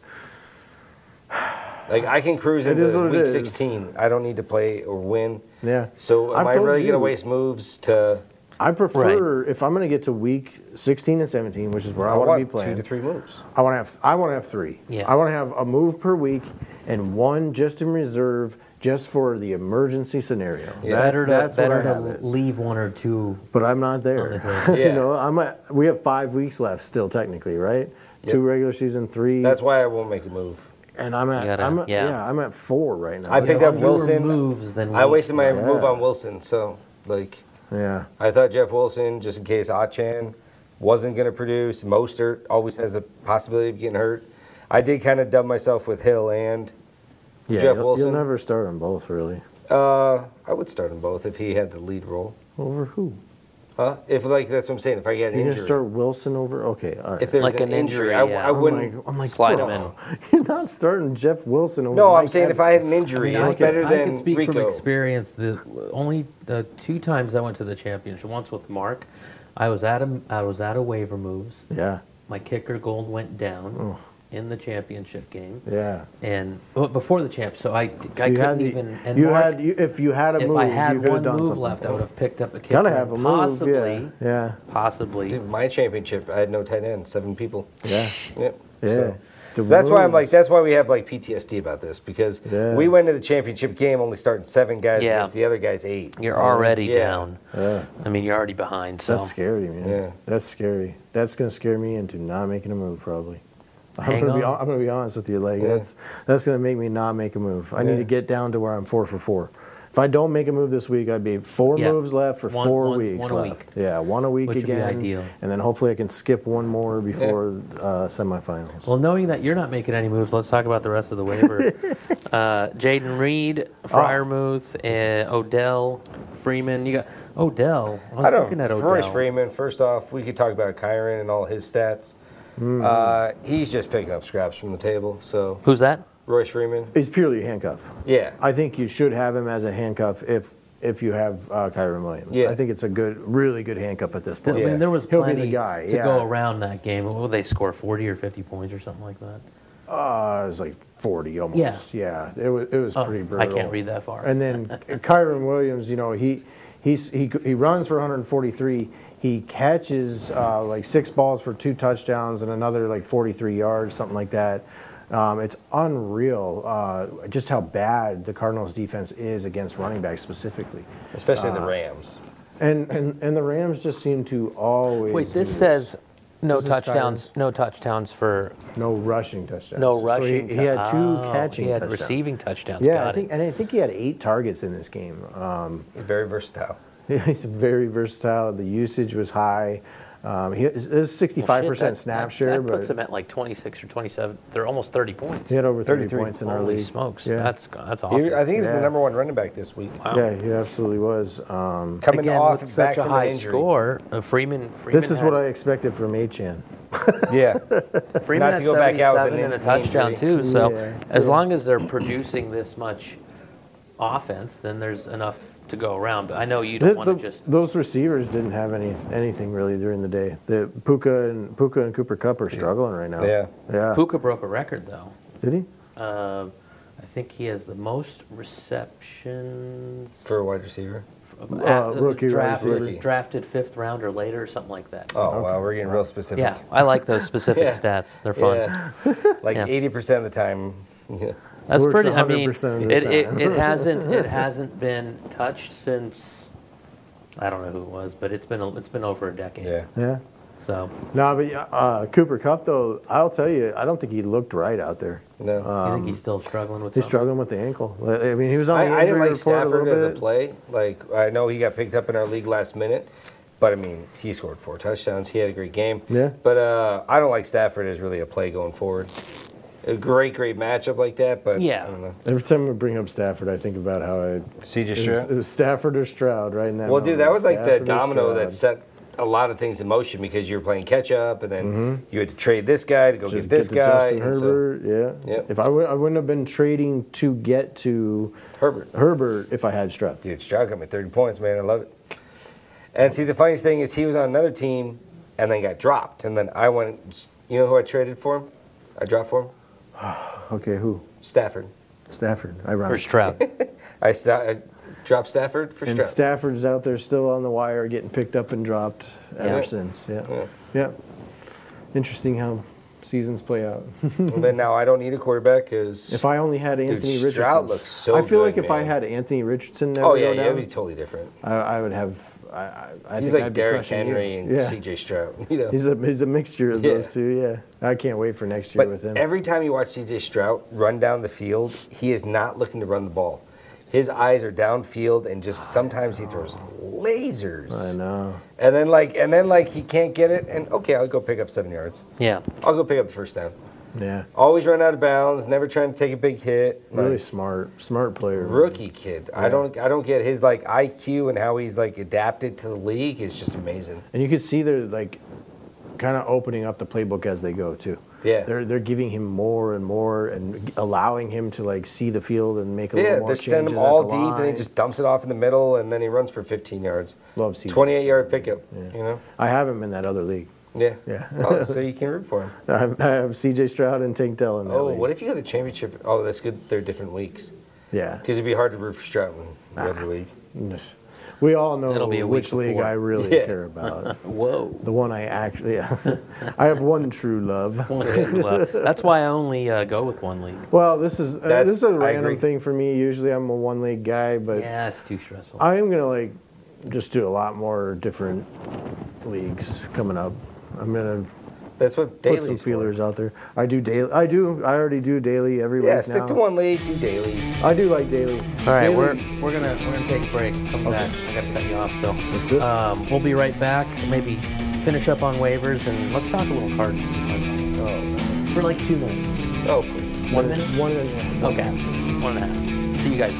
S2: like, I can cruise
S3: It
S2: into
S3: is what it
S2: week
S3: is.
S2: 16. I don't need to play or win.
S3: yeah.
S2: So, am
S3: I've
S2: i
S3: told
S2: really going to
S3: you.
S2: waste moves to?
S3: I prefer if I'm going to get to week 16 and 17, which is where I,
S2: I
S3: want to be
S2: want
S3: playing.
S2: two to three moves.
S3: I want to have I want to have three.
S1: Yeah.
S3: I want to have a move per week and one just in reserve, just for the emergency scenario.
S2: Yeah.
S3: That's,
S1: better to,
S3: that's
S1: better
S3: what I have
S1: to
S3: it.
S1: leave one or two.
S3: But I'm not there.
S1: On
S3: [LAUGHS]
S2: the
S3: you
S2: Yeah.
S3: know, I'm at, we have five weeks left still technically, right? Two regular season, three.
S2: That's why I won't make a move.
S3: and I'm at,
S1: You gotta-
S3: I'm at yeah.
S1: yeah.
S3: I'm at four right now.
S2: I picked
S1: So
S2: up
S1: fewer
S2: Wilson.
S1: moves than
S2: I
S1: weeks.
S2: wasted my
S3: Yeah.
S2: move on Wilson. So, like,
S3: yeah.
S2: I thought Jeff Wilson, just in case Achan wasn't going to produce. Mostert always has a possibility of getting hurt. I did kind of dub myself with Hill and.
S3: Yeah,
S2: Jeff
S3: you'll- you'll,
S2: Wilson.
S3: never start on both really.
S2: Uh, I would start them both if he had the lead role.
S3: Over who?
S2: Huh? If like that's what I'm saying. If I get an
S3: You're gonna
S2: injury,
S3: start Wilson over? Okay, all right.
S2: if there's
S1: Like
S2: an,
S1: an
S2: injury,
S1: injury,
S2: I,
S1: yeah.
S2: I
S1: Oh
S3: I'm
S2: wouldn't.
S3: like, I'm like,
S1: slide
S3: bro,
S1: him in.
S3: [LAUGHS] You're not starting Jeff Wilson over.
S2: no, I'm
S3: Mike
S2: saying if I had an
S3: Evans.
S1: I
S2: injury,
S1: mean, I
S2: it's
S1: could-
S2: better
S1: I
S2: than
S1: can speak
S2: Rico.
S1: from experience. The only the two times I went to the championship, once with Mark, I was at a I was at a waiver moves.
S3: Yeah, Oh.
S1: My kicker gold went down in the championship game,
S3: yeah.
S1: and but before the champ, so I I
S3: So you
S1: couldn't
S3: had the-
S1: even. And
S3: you
S1: Mark,
S3: had you, if you had a
S1: if
S3: move,
S1: I
S3: you
S1: had
S3: could
S1: one
S3: have done
S1: move
S3: something.
S1: left, I would have picked up a kicker.
S3: gotta
S1: and
S3: have a move.
S1: possibly,
S3: Yeah, yeah,
S1: Possibly.
S2: Dude, my championship, I had no tight end, seven people.
S3: yeah.
S2: Yep.
S3: Yeah.
S2: So. so
S3: The
S2: that's why I'm like,
S3: rules.
S2: that's why we have like PTSD about this because
S3: Yeah.
S2: we went to the championship game only starting seven guys
S1: Yeah.
S2: against the other guys eight.
S1: You're already
S2: Yeah.
S1: down.
S3: Yeah.
S1: I mean, you're already behind. So
S3: That's scary, man.
S2: Yeah.
S3: That's scary. That's gonna scare me into not making a move, probably. I'm
S1: Hang
S3: gonna be
S1: on.
S3: hon- I'm gonna be honest with you, like that's that's gonna make me not make a move. I
S2: Yeah.
S3: need to get down to where I'm four for four. If I don't make a move this week, I'd be four
S1: Yeah.
S3: moves left for
S1: One-
S3: four
S1: one-
S3: weeks
S1: one a week.
S3: left. Yeah, one a week
S1: Which would be
S3: again,
S1: ideal.
S3: and then hopefully I can skip one more before uh, semifinals.
S1: Well, knowing that you're not making any moves, let's talk about the rest of the
S3: [LAUGHS]
S1: waiver. uh, Jaden Reed,
S3: Oh.
S1: Fryermuth, uh, Odell, Freeman. You got Odell. I was
S2: I don't.
S1: looking at Odell.
S2: Forrest Freeman. First off, we could talk about Kyron and all his stats.
S3: Hmm.
S2: Uh, he's just picking up scraps from the table. So
S1: Who's that?
S2: Royce Freeman.
S3: it's purely a handcuff.
S2: Yeah.
S3: I think you should have him as a handcuff if if you have uh, Kyron Williams.
S2: Yeah.
S3: I think it's a good, really good handcuff at this point.
S1: I
S2: Yeah.
S1: mean, there was
S3: He'll be the
S1: plenty
S3: guy,
S1: to go
S3: yeah.
S1: around that game. What would they score? 40 or 50 points or something like that.
S3: Uh, it was like 40 almost.
S1: Yeah.
S3: Yeah. It was, it was
S1: Oh,
S3: pretty
S1: I
S3: brutal.
S1: can't read that far.
S3: And then Kyron Williams, you know, he he's, he he runs for 143. He catches uh, like six balls for two touchdowns and another like 43 yards, something like that. Um, it's unreal uh, just how bad the Cardinals defense is against running backs specifically.
S2: Especially
S1: Ah.
S2: the Rams.
S3: And, and and the Rams just seem to always
S1: Wait, this
S3: do
S1: says no
S3: This is
S1: touchdowns. No touchdowns for
S3: no rushing touchdowns.
S1: no
S3: So he-
S1: rushing.
S3: he,
S1: tou-
S3: had two
S1: Oh,
S3: catching
S1: He had
S3: touchdowns.
S1: receiving touchdowns.
S3: Yeah,
S1: Got
S3: I
S1: it.
S3: think, and I think he had eight targets in this game. Um,
S2: Very versatile.
S3: [LAUGHS] he's very versatile. The usage was high. Um, he it was 65
S1: Well, shit,
S3: percent
S1: that-
S3: snap
S1: that-
S3: share,
S1: That puts him
S3: but
S1: at like 26 or 27. They're almost 30 points.
S3: he had over 30
S2: 33.
S3: points in our
S1: Holy
S3: league.
S1: smokes,
S3: Yeah.
S1: that's that's awesome.
S2: He, I think he was
S3: Yeah.
S2: the number one running back this week.
S3: yeah, he absolutely was. Um,
S2: Coming
S1: Again,
S2: off
S1: with
S2: back
S1: such a
S2: from an
S1: high
S2: injury.
S1: score, uh, Freeman, Freeman.
S3: this is
S1: had,
S3: what I expected from Achan. [LAUGHS]
S2: Yeah.
S1: Freeman
S2: not
S1: had
S2: to go back out
S1: 77
S2: with an
S1: and a
S2: in-
S1: touchdown
S2: injury.
S1: too. So
S3: Yeah,
S1: as
S3: yeah.
S1: long as they're producing this much offense, then there's enough to go around. But I know you
S3: The-
S1: don't want to
S3: the-
S1: just.
S3: Those receivers didn't have any anything really during the day. The Puka and Puka and Cooper Cup are struggling right now.
S2: Yeah.
S3: yeah.
S1: Puka broke a record though.
S3: Did he?
S1: Um I think he has the most receptions
S2: for a wide receiver.
S1: of-
S3: uh, rookie
S1: draft-
S3: receiver.
S2: Rookie.
S1: drafted fifth round or later or something like that.
S2: Oh wow, we're getting real specific.
S1: Yeah, I like those specific
S2: [LAUGHS] Yeah.
S1: stats. They're fun.
S2: Yeah. [LAUGHS] like
S1: Yeah.
S2: eighty percent of the time. Yeah.
S1: That's
S3: Works
S1: pretty. I mean,
S3: 100% of the
S1: it, it,
S3: time.
S1: it hasn't
S3: [LAUGHS]
S1: it hasn't been touched since I don't know who it was, but it's been it's been over a decade.
S2: Yeah.
S3: Yeah.
S1: So
S3: No, but uh, Cooper Cup though, I'll tell you, I don't think he looked right out there.
S2: No.
S3: Uh,
S1: you think he's still struggling with
S3: Um, He's
S1: something?
S3: struggling with the ankle. I I mean, he was on the
S2: I, I
S3: injury
S2: didn't like
S3: report a
S2: Stafford
S3: little
S2: as a
S3: bit.
S2: play. Like I know he got picked up in our league last minute, but I mean he scored four touchdowns. He had a great game.
S3: Yeah.
S2: But uh, I don't like Stafford as really a play going forward. A great, great matchup like that, but
S1: Yeah.
S2: I don't know.
S3: Every time I bring up Stafford, I think about how I.
S2: CJ
S3: It was,
S2: Stroud.
S3: it was Stafford or Stroud, right? In that
S2: Well, dude,
S3: moment.
S2: that was like the
S3: Stafford or
S2: domino that
S3: Stroud.
S2: set a lot of things in motion because you were playing catch up, and then you had to trade this guy to go get
S3: Just
S2: this
S3: Mm-hmm. to
S2: guy.
S3: Justin
S2: and so-
S3: Herbert, yeah.
S2: Yep.
S3: If I would, I wouldn't have been trading to get to
S2: Herbert.
S3: Herbert if I had Stroud.
S2: Dude, Stroud got me 30 points, man. I love it. And see, the funniest thing is he was on another team and then got dropped. And then I went, you know who I traded for him? I dropped for him?
S3: Okay, who?
S2: Stafford.
S3: Stafford. Ironic.
S1: for
S3: [LAUGHS]
S1: Stroud.
S2: I, sta- I dropped Stafford for
S3: And
S2: Stroud.
S3: Stafford's out there still on the wire, getting picked up and dropped ever
S1: Yeah.
S3: since. Yeah.
S2: Yeah.
S3: yeah. Interesting how seasons
S2: [LAUGHS]
S3: play out.
S2: and then now I don't need a quarterback because.
S3: If I only had Anthony
S2: Stroud
S3: Richardson,
S2: looks so
S3: I feel
S2: good,
S3: like if I
S2: man.
S3: had Anthony Richardson, that
S2: oh,
S3: would
S2: yeah,
S3: go
S2: yeah,
S3: down,
S2: it'd be totally different.
S3: I, I would have. I, I, I
S2: He's
S3: think
S2: like
S3: I'd be
S2: Derrick
S3: crushing
S2: Henry
S3: you.
S2: and
S3: yeah.
S2: CJ Stroud. [LAUGHS] You know?
S3: He's a he's a mixture of
S2: Yeah.
S3: those two. Yeah, I can't wait for next year
S2: But
S3: with him.
S2: every time you watch CJ Stroud run down the field, he is not looking to run the ball. His eyes are downfield, and just sometimes he throws lasers.
S3: Ah. I know.
S2: And then like, and then like, he can't get it, and okay, I'll go pick up seven yards.
S1: yeah,
S2: I'll go pick up the first down.
S3: Yeah,
S2: Always run out of bounds, never trying to take a big hit. Like,
S3: really smart, smart player.
S2: rookie kid. I don't, I don't get his like IQ and how he's like adapted to the league is just amazing.
S3: And you could see they're like kind of opening up the playbook as they go too.
S2: Yeah.
S3: They're they're giving him more and more and allowing him to like see the field and make a
S2: Yeah,
S3: little more
S2: they
S3: changes.
S2: send him
S3: at
S2: all
S3: the
S2: deep, and
S3: line.
S2: he just dumps it off in the middle, and then he runs for 15 yards.
S3: Love CJ.
S2: 28 yard pickup. You know.
S3: I have him in that other league.
S2: Yeah.
S3: Yeah. [LAUGHS]
S2: oh, so you can root for him.
S3: I have, I have C.J. Stroud and Tank Dell in that
S2: Oh,
S3: league.
S2: what if you got the championship? Oh, that's good. They're different weeks
S3: yeah.
S2: because it'd be hard to root for Stratton in
S3: Ah.
S2: the other league.
S3: We all know
S1: It'll be a week
S3: which league
S1: before.
S3: I really
S2: Yeah. [LAUGHS]
S3: care about.
S1: whoa.
S3: the one I actually, [LAUGHS] yeah. I have one true love.
S1: That's why I only uh, go with one league.
S3: Well, this is uh,
S2: That's-
S3: this is a
S2: I agree.
S3: random thing for me. Usually, I'm a one league guy, but
S1: Yeah, it's too stressful.
S3: I am gonna like just do a lot more different leagues coming up. I'm gonna
S2: That's what
S3: put
S2: dailies.
S3: some
S2: for.
S3: feelers out there. I do daily. I do. I already do daily every
S2: Yeah,
S3: week
S2: stick
S3: now.
S2: to one league, do dailies.
S3: I do like daily.
S1: All right,
S3: Daily-
S1: we're we're gonna we're gonna take a break. Come back. I gotta cut you off. So
S3: Let's do it.
S1: Um, we'll be right back. Maybe finish up on waivers and let's talk a little card
S2: Oh,
S1: for like two minutes.
S2: oh please.
S1: One minute.
S3: one and a half.
S1: Okay, one and a half. See you guys.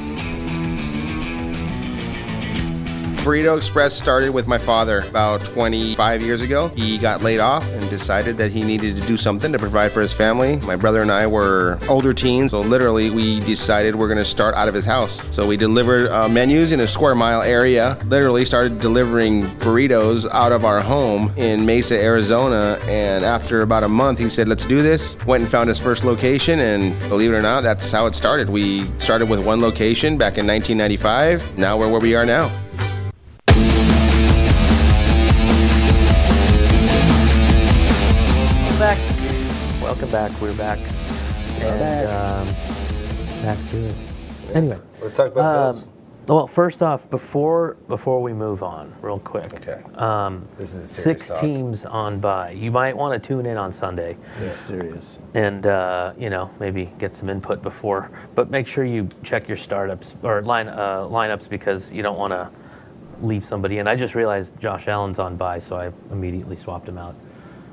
S5: Burrito Express started with my father about 25 years ago. He got laid off and decided that he needed to do something to provide for his family. My brother and I were older teens, so literally we decided we're going to start out of his house. So we delivered uh, menus in a square mile area, literally started delivering burritos out of our home in Mesa, Arizona. And after about a month, he said, Let's do this. Went and found his first location, and believe it or not, that's how it started. We started with one location back in 1995. Now we're where we are now.
S1: back. Welcome back. We're back. and Um, back to it. Anyway,
S2: Let's talk about
S1: um,
S2: those.
S1: well, first off, before before we move on, real quick.
S2: Okay.
S1: Um,
S2: This is a serious
S1: six
S2: talk.
S1: teams on by. You might want to tune in on Sunday,
S3: It's serious.
S1: and uh, you know maybe get some input before. But make sure you check your startups or line uh, lineups because you don't want to leave somebody. And I just realized Josh Allen's on by, so I immediately swapped him out.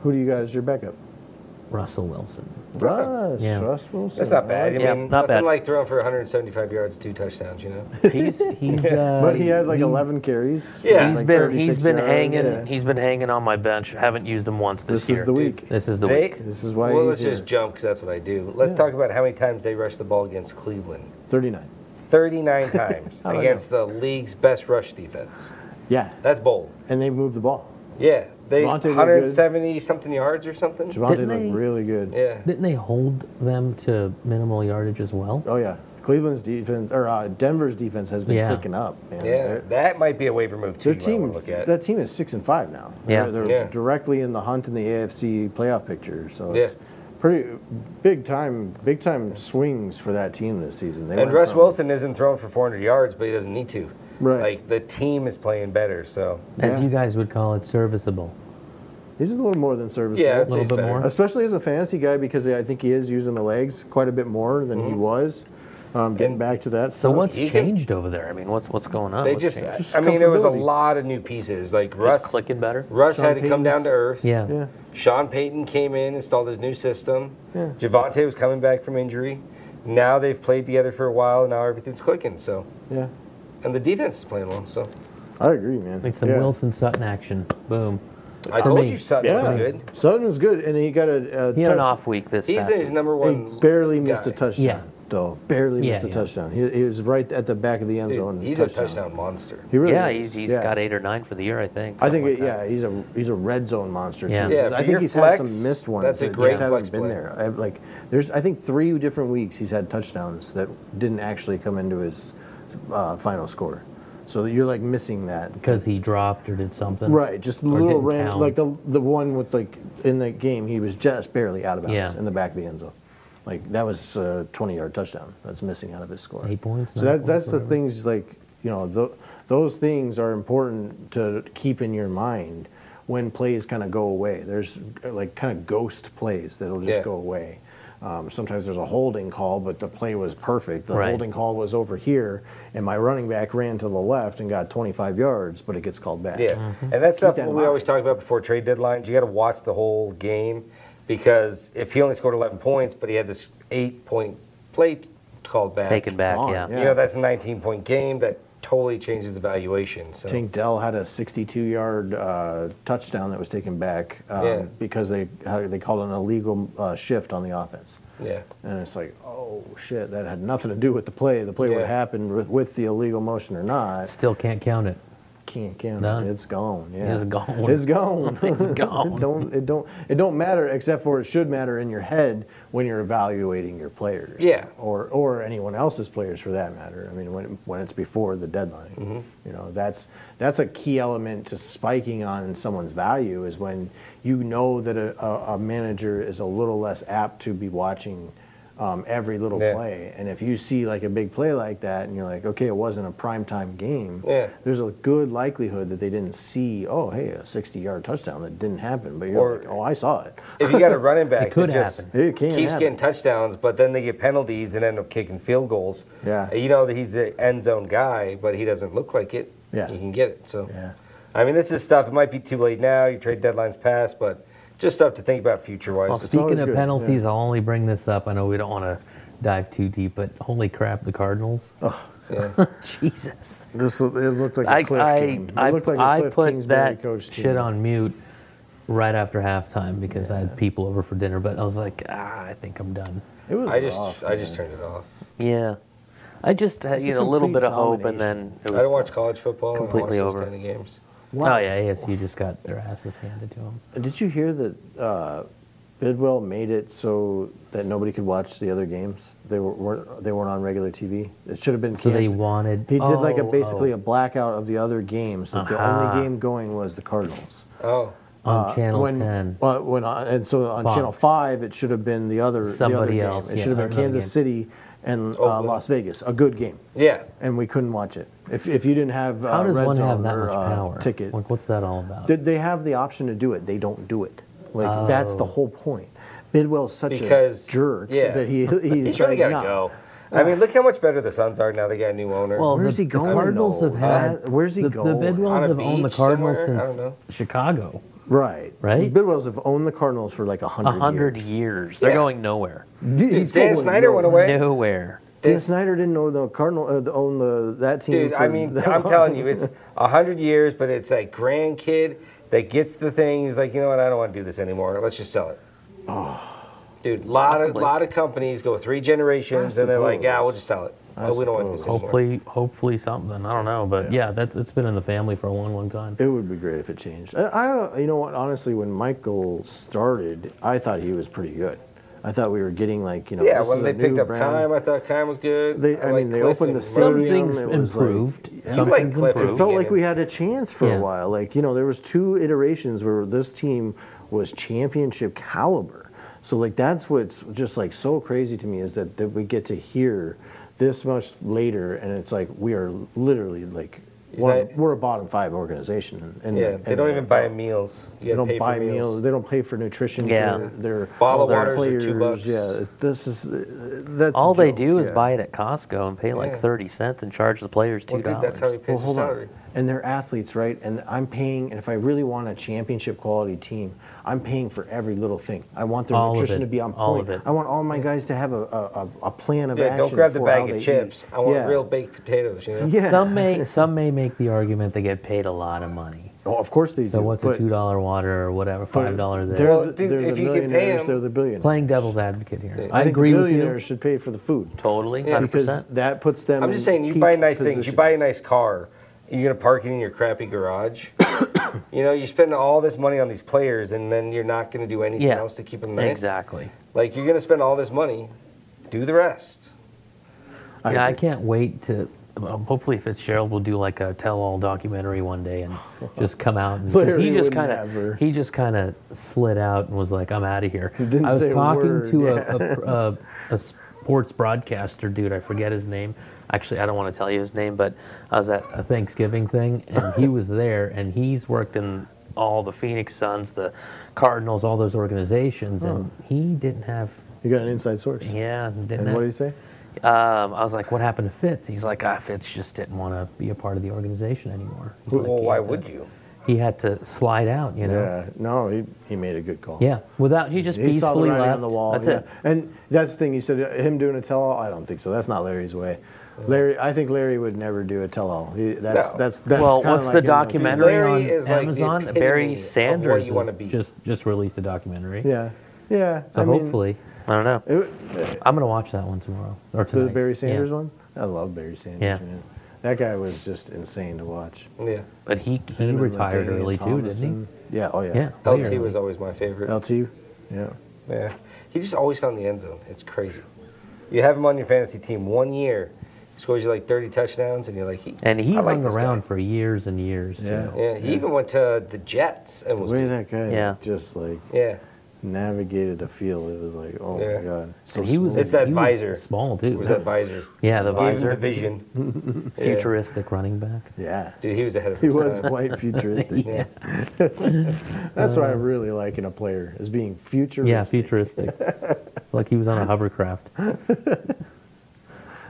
S3: Who do you got as your backup?
S1: Russell Wilson.
S3: Russ.
S1: Yeah.
S3: Russ Wilson.
S2: That's not bad. I
S1: Yeah,
S2: mean,
S1: not
S2: nothing
S1: bad.
S2: like throwing for 175 yards, two touchdowns. You
S1: [LAUGHS]
S2: know.
S1: He's he's. Uh,
S3: But he had like 11 carries.
S2: Yeah.
S1: He's
S3: like
S1: been he's
S3: 36
S1: been
S3: yards,
S1: hanging
S3: yeah.
S1: he's been hanging on my bench. Haven't used him once this,
S3: This
S1: year.
S3: is the week.
S1: This is the
S2: They-
S1: week.
S3: This is why
S2: well,
S3: he's
S2: let's
S3: here.
S2: just jump because that's what I do. Let's
S3: Yeah.
S2: talk about how many times they rushed the ball against Cleveland.
S3: 39.
S2: [LAUGHS] 39 times
S3: I don't
S2: against the league's best rush defense.
S3: Yeah,
S2: That's bold.
S3: and they moved the ball.
S2: Yeah, they
S3: Devontae looked good.
S2: 170 something yards or something.
S3: Javante
S1: Didn't they-
S3: looked really good.
S2: Yeah,
S1: Didn't they hold them to minimal yardage as well?
S3: Oh yeah, Cleveland's defense or uh, Denver's defense has been
S1: Yeah.
S3: clicking up. Man.
S2: yeah,
S3: Their-
S2: that might be a waiver move too.
S3: Their
S2: you might wanna
S3: team,
S2: look at.
S3: that team is six and five now.
S1: Yeah.
S3: they're, they're
S2: Yeah.
S3: directly in the hunt in the AFC playoff picture. So
S2: Yeah.
S3: it's pretty big time, big time swings for that team this season. They
S2: And
S3: went
S2: Russ
S3: from-
S2: Wilson isn't throwing for 400 yards, but he doesn't need to.
S3: Right.
S2: Like the team is playing better, so
S1: As
S3: Yeah.
S1: you guys would call it, serviceable.
S3: He's a little more than serviceable.
S2: yeah,
S1: A
S2: I'd say
S1: little
S2: it's
S1: bit
S2: better.
S1: more.
S3: especially as a fantasy guy because I think he is using the legs quite a bit more than he was. Um, getting
S2: And-
S3: back to
S1: Mm-hmm.
S3: that.
S1: So
S3: stuff.
S1: what's
S2: He can-
S1: changed over there? I mean, what's what's going on?
S2: They
S1: What's
S2: just,
S1: changed?
S3: Just
S2: I mean, it was a
S3: comfortability.
S2: lot of new pieces. Like
S1: Just
S2: Russ,
S1: clicking better.
S2: Russ
S3: Sean
S2: had to come down
S3: Payton's-
S2: to earth.
S1: Yeah.
S3: Yeah.
S2: Sean Payton came in, installed his new system.
S3: Yeah.
S2: Javante was coming back from injury. Now they've played together for a while, and now everything's clicking. So,
S3: Yeah.
S2: and the defense is playing well. So,
S3: I agree, man.
S1: Like some
S3: yeah.
S1: Wilson Sutton action. Boom.
S2: I
S1: For
S2: told
S1: me.
S2: you Sutton
S3: Yeah.
S2: was good.
S3: Sutton was good, and he got a, a
S1: He had an
S3: touch-
S1: off week this
S2: He's
S1: past
S2: his
S1: week.
S2: number
S3: He
S2: one.
S3: barely missed a
S2: guy.
S3: touchdown,
S1: Yeah.
S3: though. Barely
S1: Yeah,
S3: missed a
S1: yeah.
S3: touchdown. He, he was right at the back of the end
S2: Dude,
S3: zone.
S2: he's a touchdown monster.
S3: He really
S1: Yeah, he's,
S3: is.
S1: he's
S3: Yeah.
S1: got eight or nine for the year, I think.
S3: I think,
S1: something
S3: it,
S1: like that.
S3: yeah, he's a he's a red zone monster
S1: Yeah.
S3: too.
S1: Yeah,
S3: because
S2: for
S3: I
S2: your
S3: think he's had
S2: flex,
S3: some missed ones
S2: that's a
S3: that
S2: great
S3: just haven't
S2: flex
S3: been
S2: play.
S3: there. I, like, there's I think three different weeks he's had touchdowns that didn't actually come into his uh, final score. So you're like missing that.
S1: Because he dropped or did something.
S3: Right, just
S1: Or
S3: little
S1: didn't
S3: ran
S1: count.
S3: like the the one with like in the game he was just barely out of bounds
S1: Yeah.
S3: in the back of the end zone. Like that was a 20 yard touchdown that's missing out of his score.
S1: Eight points,
S3: So
S1: nine
S3: that,
S1: points,
S3: that's the
S1: whatever.
S3: things like you know tho- those things are important to keep in your mind when plays kind of go away. There's uh, like kind of ghost plays that'll just
S2: Yeah.
S3: go away. Um, sometimes there's a holding call, but the play was perfect. The
S1: Right.
S3: holding call was over here, and my running back ran to the left and got 25 yards, but it gets called back.
S2: Yeah,
S1: Mm-hmm.
S2: and that's stuff
S3: Mm-hmm. that in
S2: we
S3: mind.
S2: always talk about before trade deadlines. You got to watch the whole game because if he only scored 11 points, but he had this eight-point play t- called back,
S1: Taken back,
S3: Gone,
S1: yeah.
S3: yeah.
S2: You know, that's a 19-point game that totally changes the valuation. So
S3: Tank Dell had a 62-yard uh, touchdown that was taken back um,
S2: Yeah.
S3: because they had, they called an illegal uh, shift on the offense,
S2: yeah,
S3: and it's like, oh shit, that had nothing to do with the play. The play would
S2: Yeah.
S3: have happened with, with the illegal motion or not.
S1: Still can't count it.
S3: Can't count.
S1: None.
S3: it. It's gone. Yeah,
S1: It's gone.
S3: It's gone.
S1: [LAUGHS] It's
S3: it
S1: gone.
S3: don't it don't it don't matter except for it should matter in your head when you're evaluating your players.
S2: Yeah.
S3: Or or anyone else's players for that matter. I mean when when it's before the deadline.
S2: Mm-hmm.
S3: You know, that's that's a key element to spiking on someone's value is when you know that a, a, a manager is a little less apt to be watching um, every little
S2: Yeah.
S3: play. And if you see like a big play like that and you're like, okay, it wasn't a primetime game,
S2: Yeah.
S3: there's a good likelihood that they didn't see, oh, hey, a 60 yard touchdown that didn't happen. But you're
S2: Or-
S3: like, oh, I saw it.
S2: if you got a running back
S1: could
S2: that just
S1: happen.
S3: It can
S2: keeps
S3: happen.
S2: getting touchdowns, but then they get penalties and end up kicking field goals.
S3: Yeah.
S2: you know that he's the end zone guy, but he doesn't look like it.
S3: Yeah.
S2: you can get it. So
S3: Yeah.
S2: I mean, this is stuff. It might be too late now. Your trade deadline's passed, but just stuff to think about future wise.
S1: Well,
S3: always
S1: speaking of
S3: good,
S1: penalties, I'll only bring this up. I know we don't want to dive too deep, but holy crap, the Cardinals.
S3: [LAUGHS] Oh,
S1: Jesus.
S3: This, it looked like
S1: I, I, I,
S3: it looked like
S1: I
S3: a Cliff
S1: put
S3: Kingsbury
S1: that
S3: coach team.
S1: shit on mute right after halftime because I had people over for dinner, but I was like, ah, I think I'm done.
S3: It was
S2: I just
S3: rough,
S2: I just
S3: man.
S2: turned it off.
S1: Yeah. I just had
S3: It's a
S1: you know, a little
S3: complete
S1: bit of hope, and
S3: domination.
S1: then it
S2: I
S1: was
S2: don't watch college football.
S1: completely
S2: I don't watch
S1: over.
S2: Those kind of games.
S3: Wow.
S1: Oh yeah, ASU just got their asses handed to them.
S3: Did you hear that uh, Bidwell made it so that nobody could watch the other games? They were, weren't they weren't on regular TV. It should have been.
S1: So they
S3: canceled.
S1: wanted-
S3: He did like a
S1: oh,
S3: basically
S1: oh.
S3: a blackout of the other games. So The only
S1: Uh-huh.
S3: game going was the Cardinals.
S2: Oh,
S1: on
S3: Uh,
S1: Channel
S3: when,
S1: 10.
S3: uh, when I- and so on
S1: Fox.
S3: Channel Five, it should have been the other the other
S1: Somebody
S3: game.
S1: else, yeah,
S3: it should have
S1: another
S3: been Kansas
S1: game.
S3: City and uh,
S2: Oakland.
S3: Las Vegas, a good game,
S2: yeah.
S3: and we couldn't watch it if, if you didn't have uh,
S1: How does
S3: red
S1: one
S3: zone
S1: have that
S3: or
S1: much
S3: uh,
S1: power?
S3: ticket.
S1: Like, what's that all about?
S3: Did they have the option to do it? They don't do it. Like that's the
S1: Oh.
S3: whole point. Bidwell's such
S2: Because-
S3: a jerk
S2: yeah. [LAUGHS]
S3: that he he's,
S2: He's really
S3: like,
S2: got to
S3: "Nah."
S2: go. I mean, look how much better the Suns are now. They got a new owner.
S1: Well,
S3: Where's
S1: the,
S3: he going,
S1: The Cardinals
S3: though?
S1: have had.
S3: Uh, where's he
S1: the,
S3: going?
S1: The
S2: On
S1: Bidwells
S2: a
S1: have owned the
S2: beach
S1: Cardinals
S2: somewhere? I don't
S1: since
S2: know.
S1: Chicago.
S3: Right,
S1: Right?
S3: Bidwell's have owned the Cardinals for like a
S1: A
S3: hundred
S1: hundred years.
S3: years.
S1: They're
S2: Yeah.
S1: going nowhere.
S3: Dude,
S2: Dude,
S3: he's
S2: Dan
S3: going
S2: Snyder went
S3: nowhere.
S2: away.
S1: Nowhere.
S3: Dan Snyder didn't own the Cardinal uh, own the that team.
S2: Dude,
S3: for
S2: I mean,
S3: that [LAUGHS]
S2: I'm
S3: long.
S2: telling you, it's a hundred years, but it's that grandkid that gets the thing. He's like, you know what? I don't want to do this anymore. Let's just
S3: [SIGHS]
S2: sell it. Dude, lot of
S1: Possibly.
S2: lot of companies go three generations
S3: I
S2: and they're like, yeah,
S3: suppose.
S2: we'll just sell it.
S3: I
S2: Oh, we don't want this
S3: suppose.
S2: anymore.
S1: Hopefully, hopefully something. I don't know, but yeah, that's it's been in the family for a long, long time.
S3: It would be great if it changed. I, I don't- you know what? Honestly, when Michael started, I thought he was pretty good. I thought we were getting like you know.
S2: Yeah,
S3: this
S2: when
S3: is
S2: they
S3: a
S2: picked
S3: new
S2: up
S3: brand.
S2: Kime, I thought Kime was good.
S3: They- I mean,
S2: like
S3: they
S2: Cliff
S3: opened the
S2: and
S3: stereo
S1: Some
S2: Murray.
S3: Ethereum,
S1: things
S3: it was like-
S1: improved.
S3: Yeah.
S1: some
S2: Like
S1: things
S2: Cliff, it
S3: It
S1: improved.
S3: felt like
S2: beginning.
S3: we had a chance for
S1: Yeah.
S3: a while. Like you know, there was two iterations where this team was championship caliber. So like that's what's just like so crazy to me is that that we get to hear this much later, and it's like we are literally like.
S2: Is
S3: We're,
S2: that-
S3: we're a bottom five organization. And uh,
S2: Yeah, they don't even buy meals. You
S3: They
S2: gotta
S3: don't
S2: pay for
S3: buy meals. They don't pay for nutrition.
S1: Yeah.
S3: For their
S2: Bottle
S1: of
S3: their
S1: waters
S2: are two bucks.
S3: Yeah, this is uh, that's a
S1: All they
S3: joke,
S1: do is
S3: yeah.
S1: buy it at Costco and pay like
S2: Yeah.
S1: thirty cents and charge the players
S2: Well,
S1: two
S2: dude, that's how he
S1: dollars.
S2: pays his salary.
S3: And they're athletes, right? And I'm paying, and if I really want a championship quality team, I'm paying for every little thing. I want their
S1: All of
S3: nutrition
S1: it.
S3: to be on point.
S1: All of it.
S3: I want all my guys to have a, a, a- a plan of
S2: Yeah,
S3: action.
S2: don't grab the
S3: for how
S2: bag
S3: they
S2: of chips.
S3: eat.
S2: I want
S3: Yeah.
S2: real baked potatoes, you know?
S3: [LAUGHS] Yeah.
S1: Some may some may make the argument they get paid a lot of money.
S3: Oh, of course they do.
S1: So what's a
S3: but-
S1: two dollar water or whatever,
S3: but
S1: five dollar
S3: They're,
S1: there?
S2: Well,
S3: the,
S2: dude,
S3: they're
S2: if
S3: the
S2: you could pay
S3: millionaires.
S2: 'em-
S3: they're the billionaires.
S1: Playing devil's advocate here.
S3: I,
S1: I,
S3: think
S1: agree
S3: the
S1: with
S3: billionaires
S1: you.
S3: should pay for the food.
S1: Totally, hundred
S3: Because
S1: percent.
S3: that puts them.
S2: I'm
S3: in
S2: just saying, you
S3: peak
S2: buy nice things. You buy a nice
S3: positions.
S2: car. You're gonna park it in your crappy garage. [COUGHS] you know, you spend all this money on these players, and then you're not gonna do anything
S1: Yeah,
S2: else to keep them nice.
S1: exactly.
S2: Like you're gonna spend all this money, do the rest.
S1: yeah, I can't wait to. um, Hopefully, Fitzgerald will do like a tell-all documentary one
S3: [LAUGHS]
S1: day and just come out. And, 'cause
S3: Larry
S1: he just
S3: would
S1: kind
S3: never.
S1: of he just kind of slid out and was like, "I'm out of here."
S3: didn't
S1: I was
S3: say a
S1: talking
S3: word,
S1: to
S3: [LAUGHS]
S1: a, a, a, a sports broadcaster dude. I forget his name. Actually, I don't want to tell you his name, but I was at a Thanksgiving thing and he was there, and he's worked in all the Phoenix Suns, the Cardinals, all those organizations, and he didn't have.
S3: You got an inside source.
S1: Yeah, didn't
S3: And
S1: have,
S3: what do you say?
S1: um, I was like, "What happened to Fitz?" He's like, "Ah, Fitz just didn't want to be a part of the organization anymore." He's like,
S2: well,
S1: he
S2: why
S1: had to-
S2: would you?
S1: He had to slide out, you know.
S3: Yeah. No, he, he made a good call.
S1: Yeah, without he just
S3: He saw the
S1: peacefully
S3: writing
S1: left.
S3: on the wall.
S1: That's
S3: yeah.
S1: it.
S3: And that's the thing you said. uh, Him doing a tell-all, I don't think so. That's not Larry's way. Larry, I think Larry would never do a tell-all. He, that's,
S2: No.
S3: that's that's
S1: well,
S3: kinda
S1: what's
S3: like
S1: the
S3: him, though.
S1: documentary
S2: Larry
S1: on
S2: is like the
S1: Amazon?
S2: epitome
S1: Barry
S2: of what
S1: Sanders
S2: you wanna
S1: has
S2: be.
S1: just just released a documentary.
S3: Yeah, yeah.
S1: So
S3: I mean,
S1: hopefully, I don't know.
S3: it,
S1: I'm gonna watch that one tomorrow or
S3: the
S1: tonight.
S3: Barry Sanders
S1: yeah.
S3: one. I love Barry Sanders.
S1: Yeah.
S3: Man. That guy was just insane to watch.
S2: Yeah.
S1: But he he
S3: Him and
S1: retired
S3: Latavian
S1: early too,
S3: Thomas
S1: didn't
S3: and- Yeah. Oh yeah.
S1: he? Yeah. way
S2: LT was
S1: early.
S2: always my favorite.
S3: LT. Yeah.
S2: Yeah. He just always found the end zone. It's crazy. You have him on your fantasy team one year, he scores you like 30 touchdowns, and you're like, he,
S1: and he
S2: I like
S1: hung
S2: this guy.
S1: around for years and years. too.
S3: Yeah.
S2: Yeah, he even went to the Jets and
S3: The
S2: was.
S3: way that guy
S1: Yeah.
S3: just like
S2: Yeah.
S3: navigated the field, it was like, oh
S2: Yeah.
S3: my god. So
S1: And he was
S3: smooth.
S2: It's that
S1: he was
S2: visor.
S1: small too.
S2: It was that visor.
S1: Yeah, the
S2: Gave him
S1: visor.
S2: the vision. Yeah.
S1: futuristic running back.
S3: yeah.
S2: Dude, he was ahead of
S3: He
S2: his
S3: was
S2: time.
S1: [LAUGHS]
S3: quite futuristic.
S2: Yeah.
S3: That's what I really like in a player is being futuristic.
S1: Yeah, futuristic. it's like he was on a hovercraft.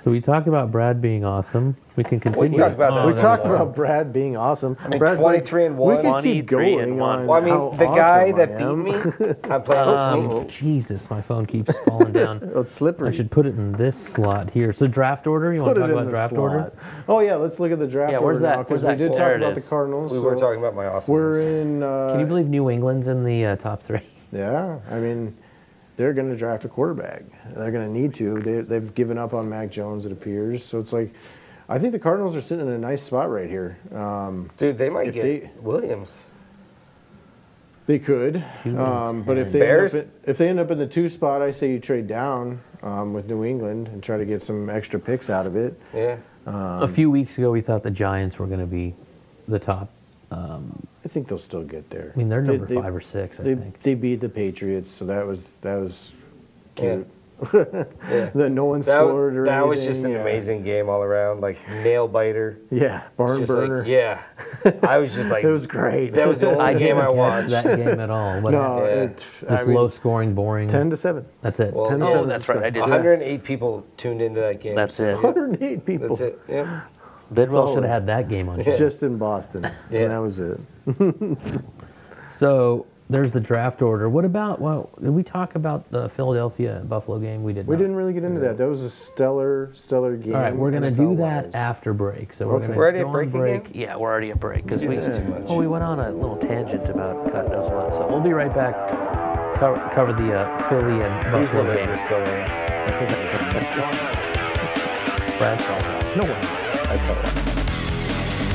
S1: so we talked about Brad being awesome. We can continue.
S2: talked about that.
S1: Oh,
S3: We
S2: no,
S3: talked
S2: no.
S3: about Brad being awesome.
S2: mean,
S3: Brad's
S2: 23 and one.
S3: We could keep
S1: 23 and
S3: going
S1: one.
S3: on
S2: Well, I mean,
S3: how
S2: the guy
S3: awesome I
S2: that beat
S3: am. [LAUGHS]
S2: me, I'm playing
S1: Um,
S2: this week.
S1: Jesus, my phone keeps falling
S2: [LAUGHS]
S1: down.
S3: It's slippery.
S1: I should put it in this slot here. So draft order. You want
S3: put
S1: to talk
S3: it in
S1: about
S3: the
S1: draft
S3: slot.
S1: order?
S3: Oh yeah, let's look at the draft
S1: Yeah, where's
S3: order
S1: that-
S3: now
S1: where's
S3: because we
S1: that-
S3: did
S1: there
S3: talk
S1: it
S3: about the
S1: is.
S3: Cardinals.
S2: We were
S3: so
S2: talking about my awesome.
S3: We're in. Uh,
S1: Can you believe New England's in the uh, top three?
S3: Yeah, I mean, they're going to draft a quarterback. They're going to need to. They, they've given up on Mac Jones, it appears. So it's like, I think the Cardinals are sitting in a nice spot right here. Um,
S2: Dude, they might
S3: if
S2: get
S3: they-
S2: Williams.
S3: they could,
S1: Two
S3: um, but if they
S2: Bears?
S3: End up in, if they end up in the two spot, I say you trade down um, with New England and try to get some extra picks out of it.
S2: Yeah.
S3: Oh,
S2: Um,
S1: a few weeks ago, we thought the Giants were going to be the top.
S3: I think they'll still get there.
S1: I mean, they're number five or six, I
S3: they,
S1: think.
S3: They beat the Patriots, so that was that was
S2: Yeah.
S3: [LAUGHS] cute.
S2: yeah.
S3: That no one
S2: That,
S3: scored or
S2: that was
S3: anything,
S2: just an
S3: yeah.
S2: amazing game all around, like nail biter.
S3: Yeah, barn
S2: Just
S3: burner.
S2: like, yeah. I was
S3: [LAUGHS]
S2: just like,
S3: It was great.
S2: that
S3: [LAUGHS]
S2: was the only
S1: I
S2: game
S1: didn't
S2: I
S1: catch
S2: watched.
S1: that game at all.
S2: [LAUGHS]
S1: What
S3: no,
S1: happened?
S2: Yeah.
S3: it,
S1: Just
S3: I mean,
S1: low scoring, boring.
S3: ten to seven.
S1: That's it.
S2: Well,
S3: Ten to
S2: Oh,
S3: seven.
S1: that's right, I did.
S3: Yeah.
S2: 108 people tuned into that game.
S1: That's it.
S2: Yeah.
S3: 108 people.
S2: That's it. Yeah.
S1: Bidwell should
S3: Solid.
S1: have had that game on.
S2: Yeah.
S3: Just in Boston.
S2: Yeah.
S3: And that was it.
S1: So there's the draft order. What about well? Did we talk about the Philadelphia Buffalo game? We did.
S3: We
S1: not.
S3: didn't really get into that. That was a stellar, stellar game.
S1: All right, we're gonna do that
S3: NFL-wise.
S1: after break. So we're
S3: Okay.
S1: gonna
S2: We're already
S1: go
S2: at
S1: on
S2: break
S1: break.
S2: again?
S1: Yeah, we're already at break because we
S2: that's too much.
S1: well we went on a little tangent about God knows what. So we'll be right back. Cover, cover the uh, Philly and
S2: These were
S1: Buffalo
S2: the
S1: game.
S2: story.
S1: [LAUGHS] right Brad Caldwell.
S6: No one. I tell you.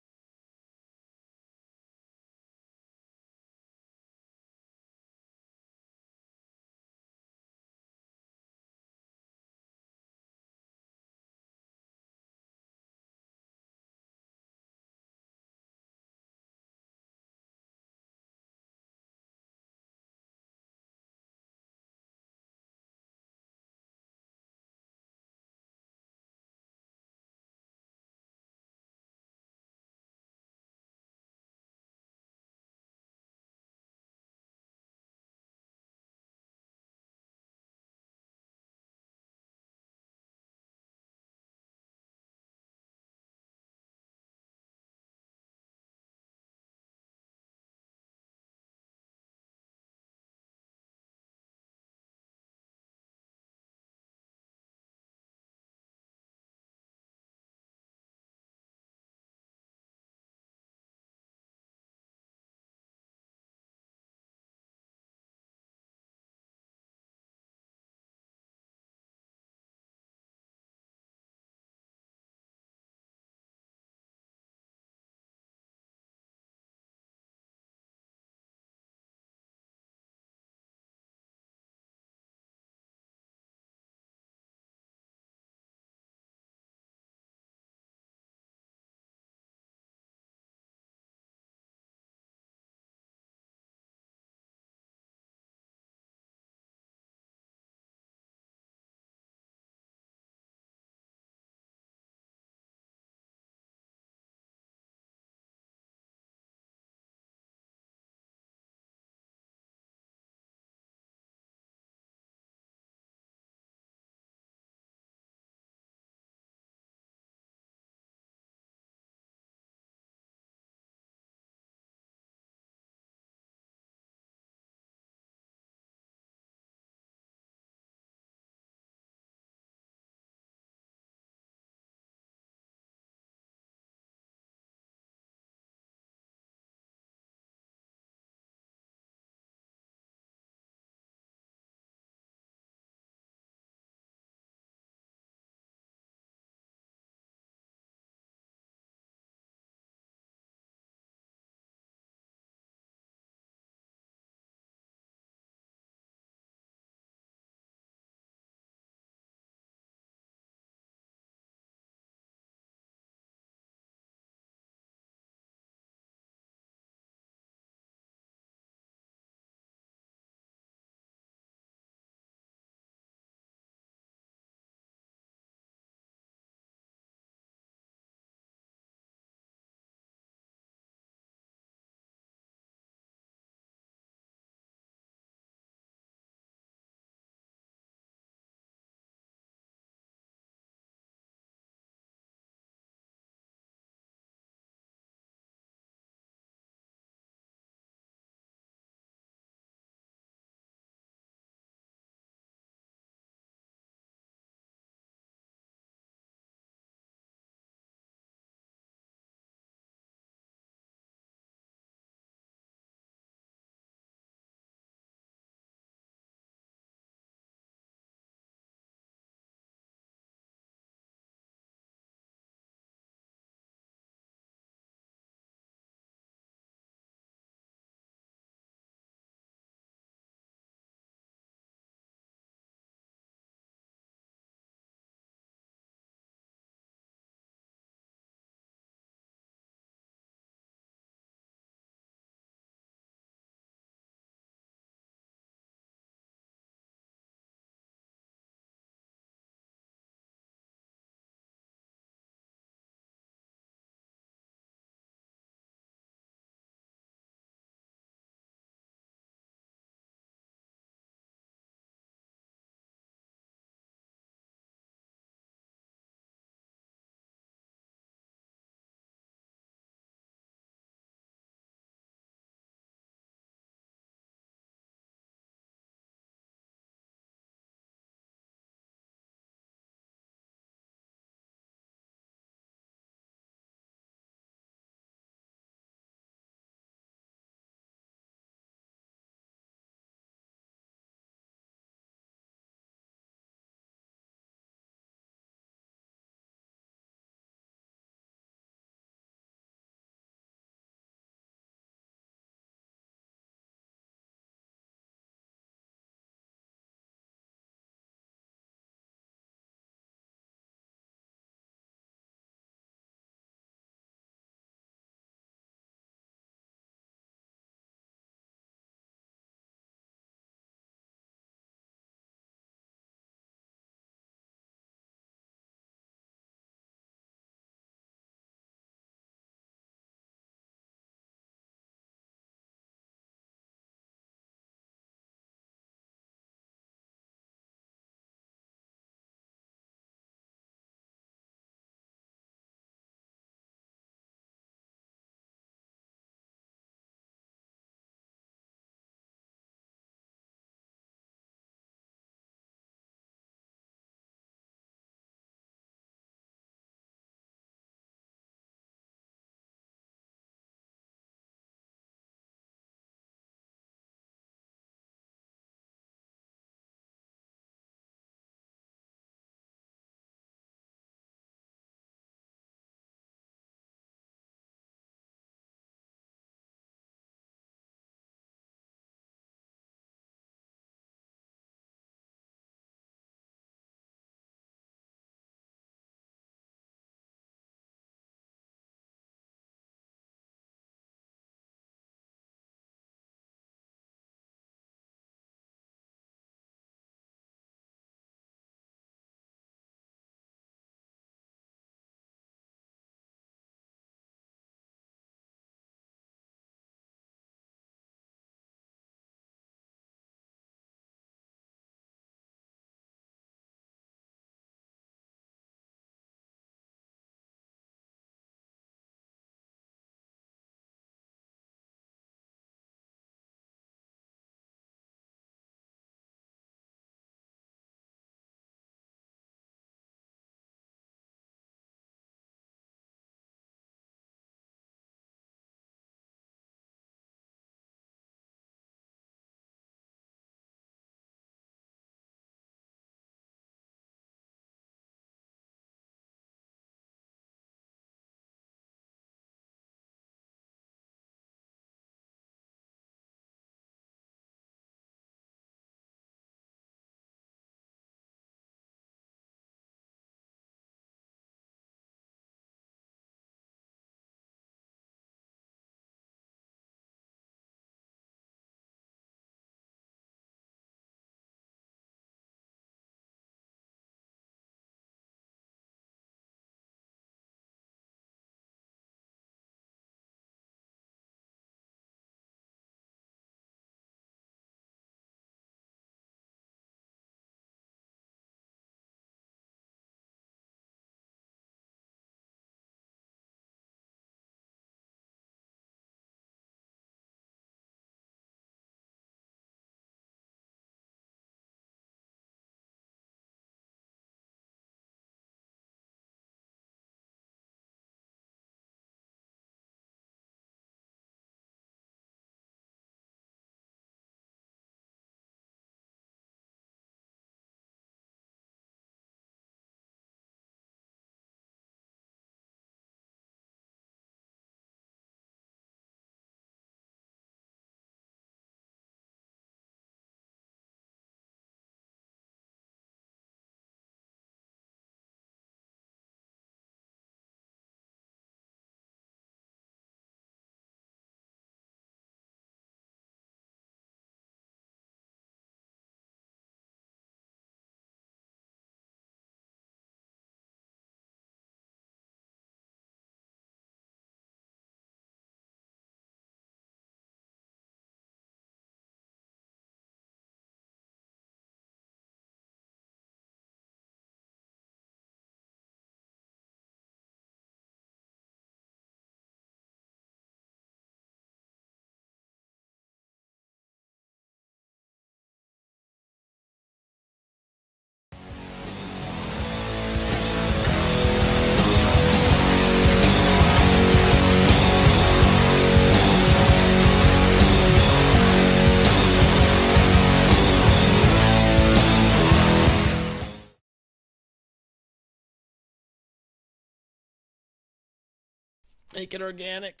S1: Make it organic.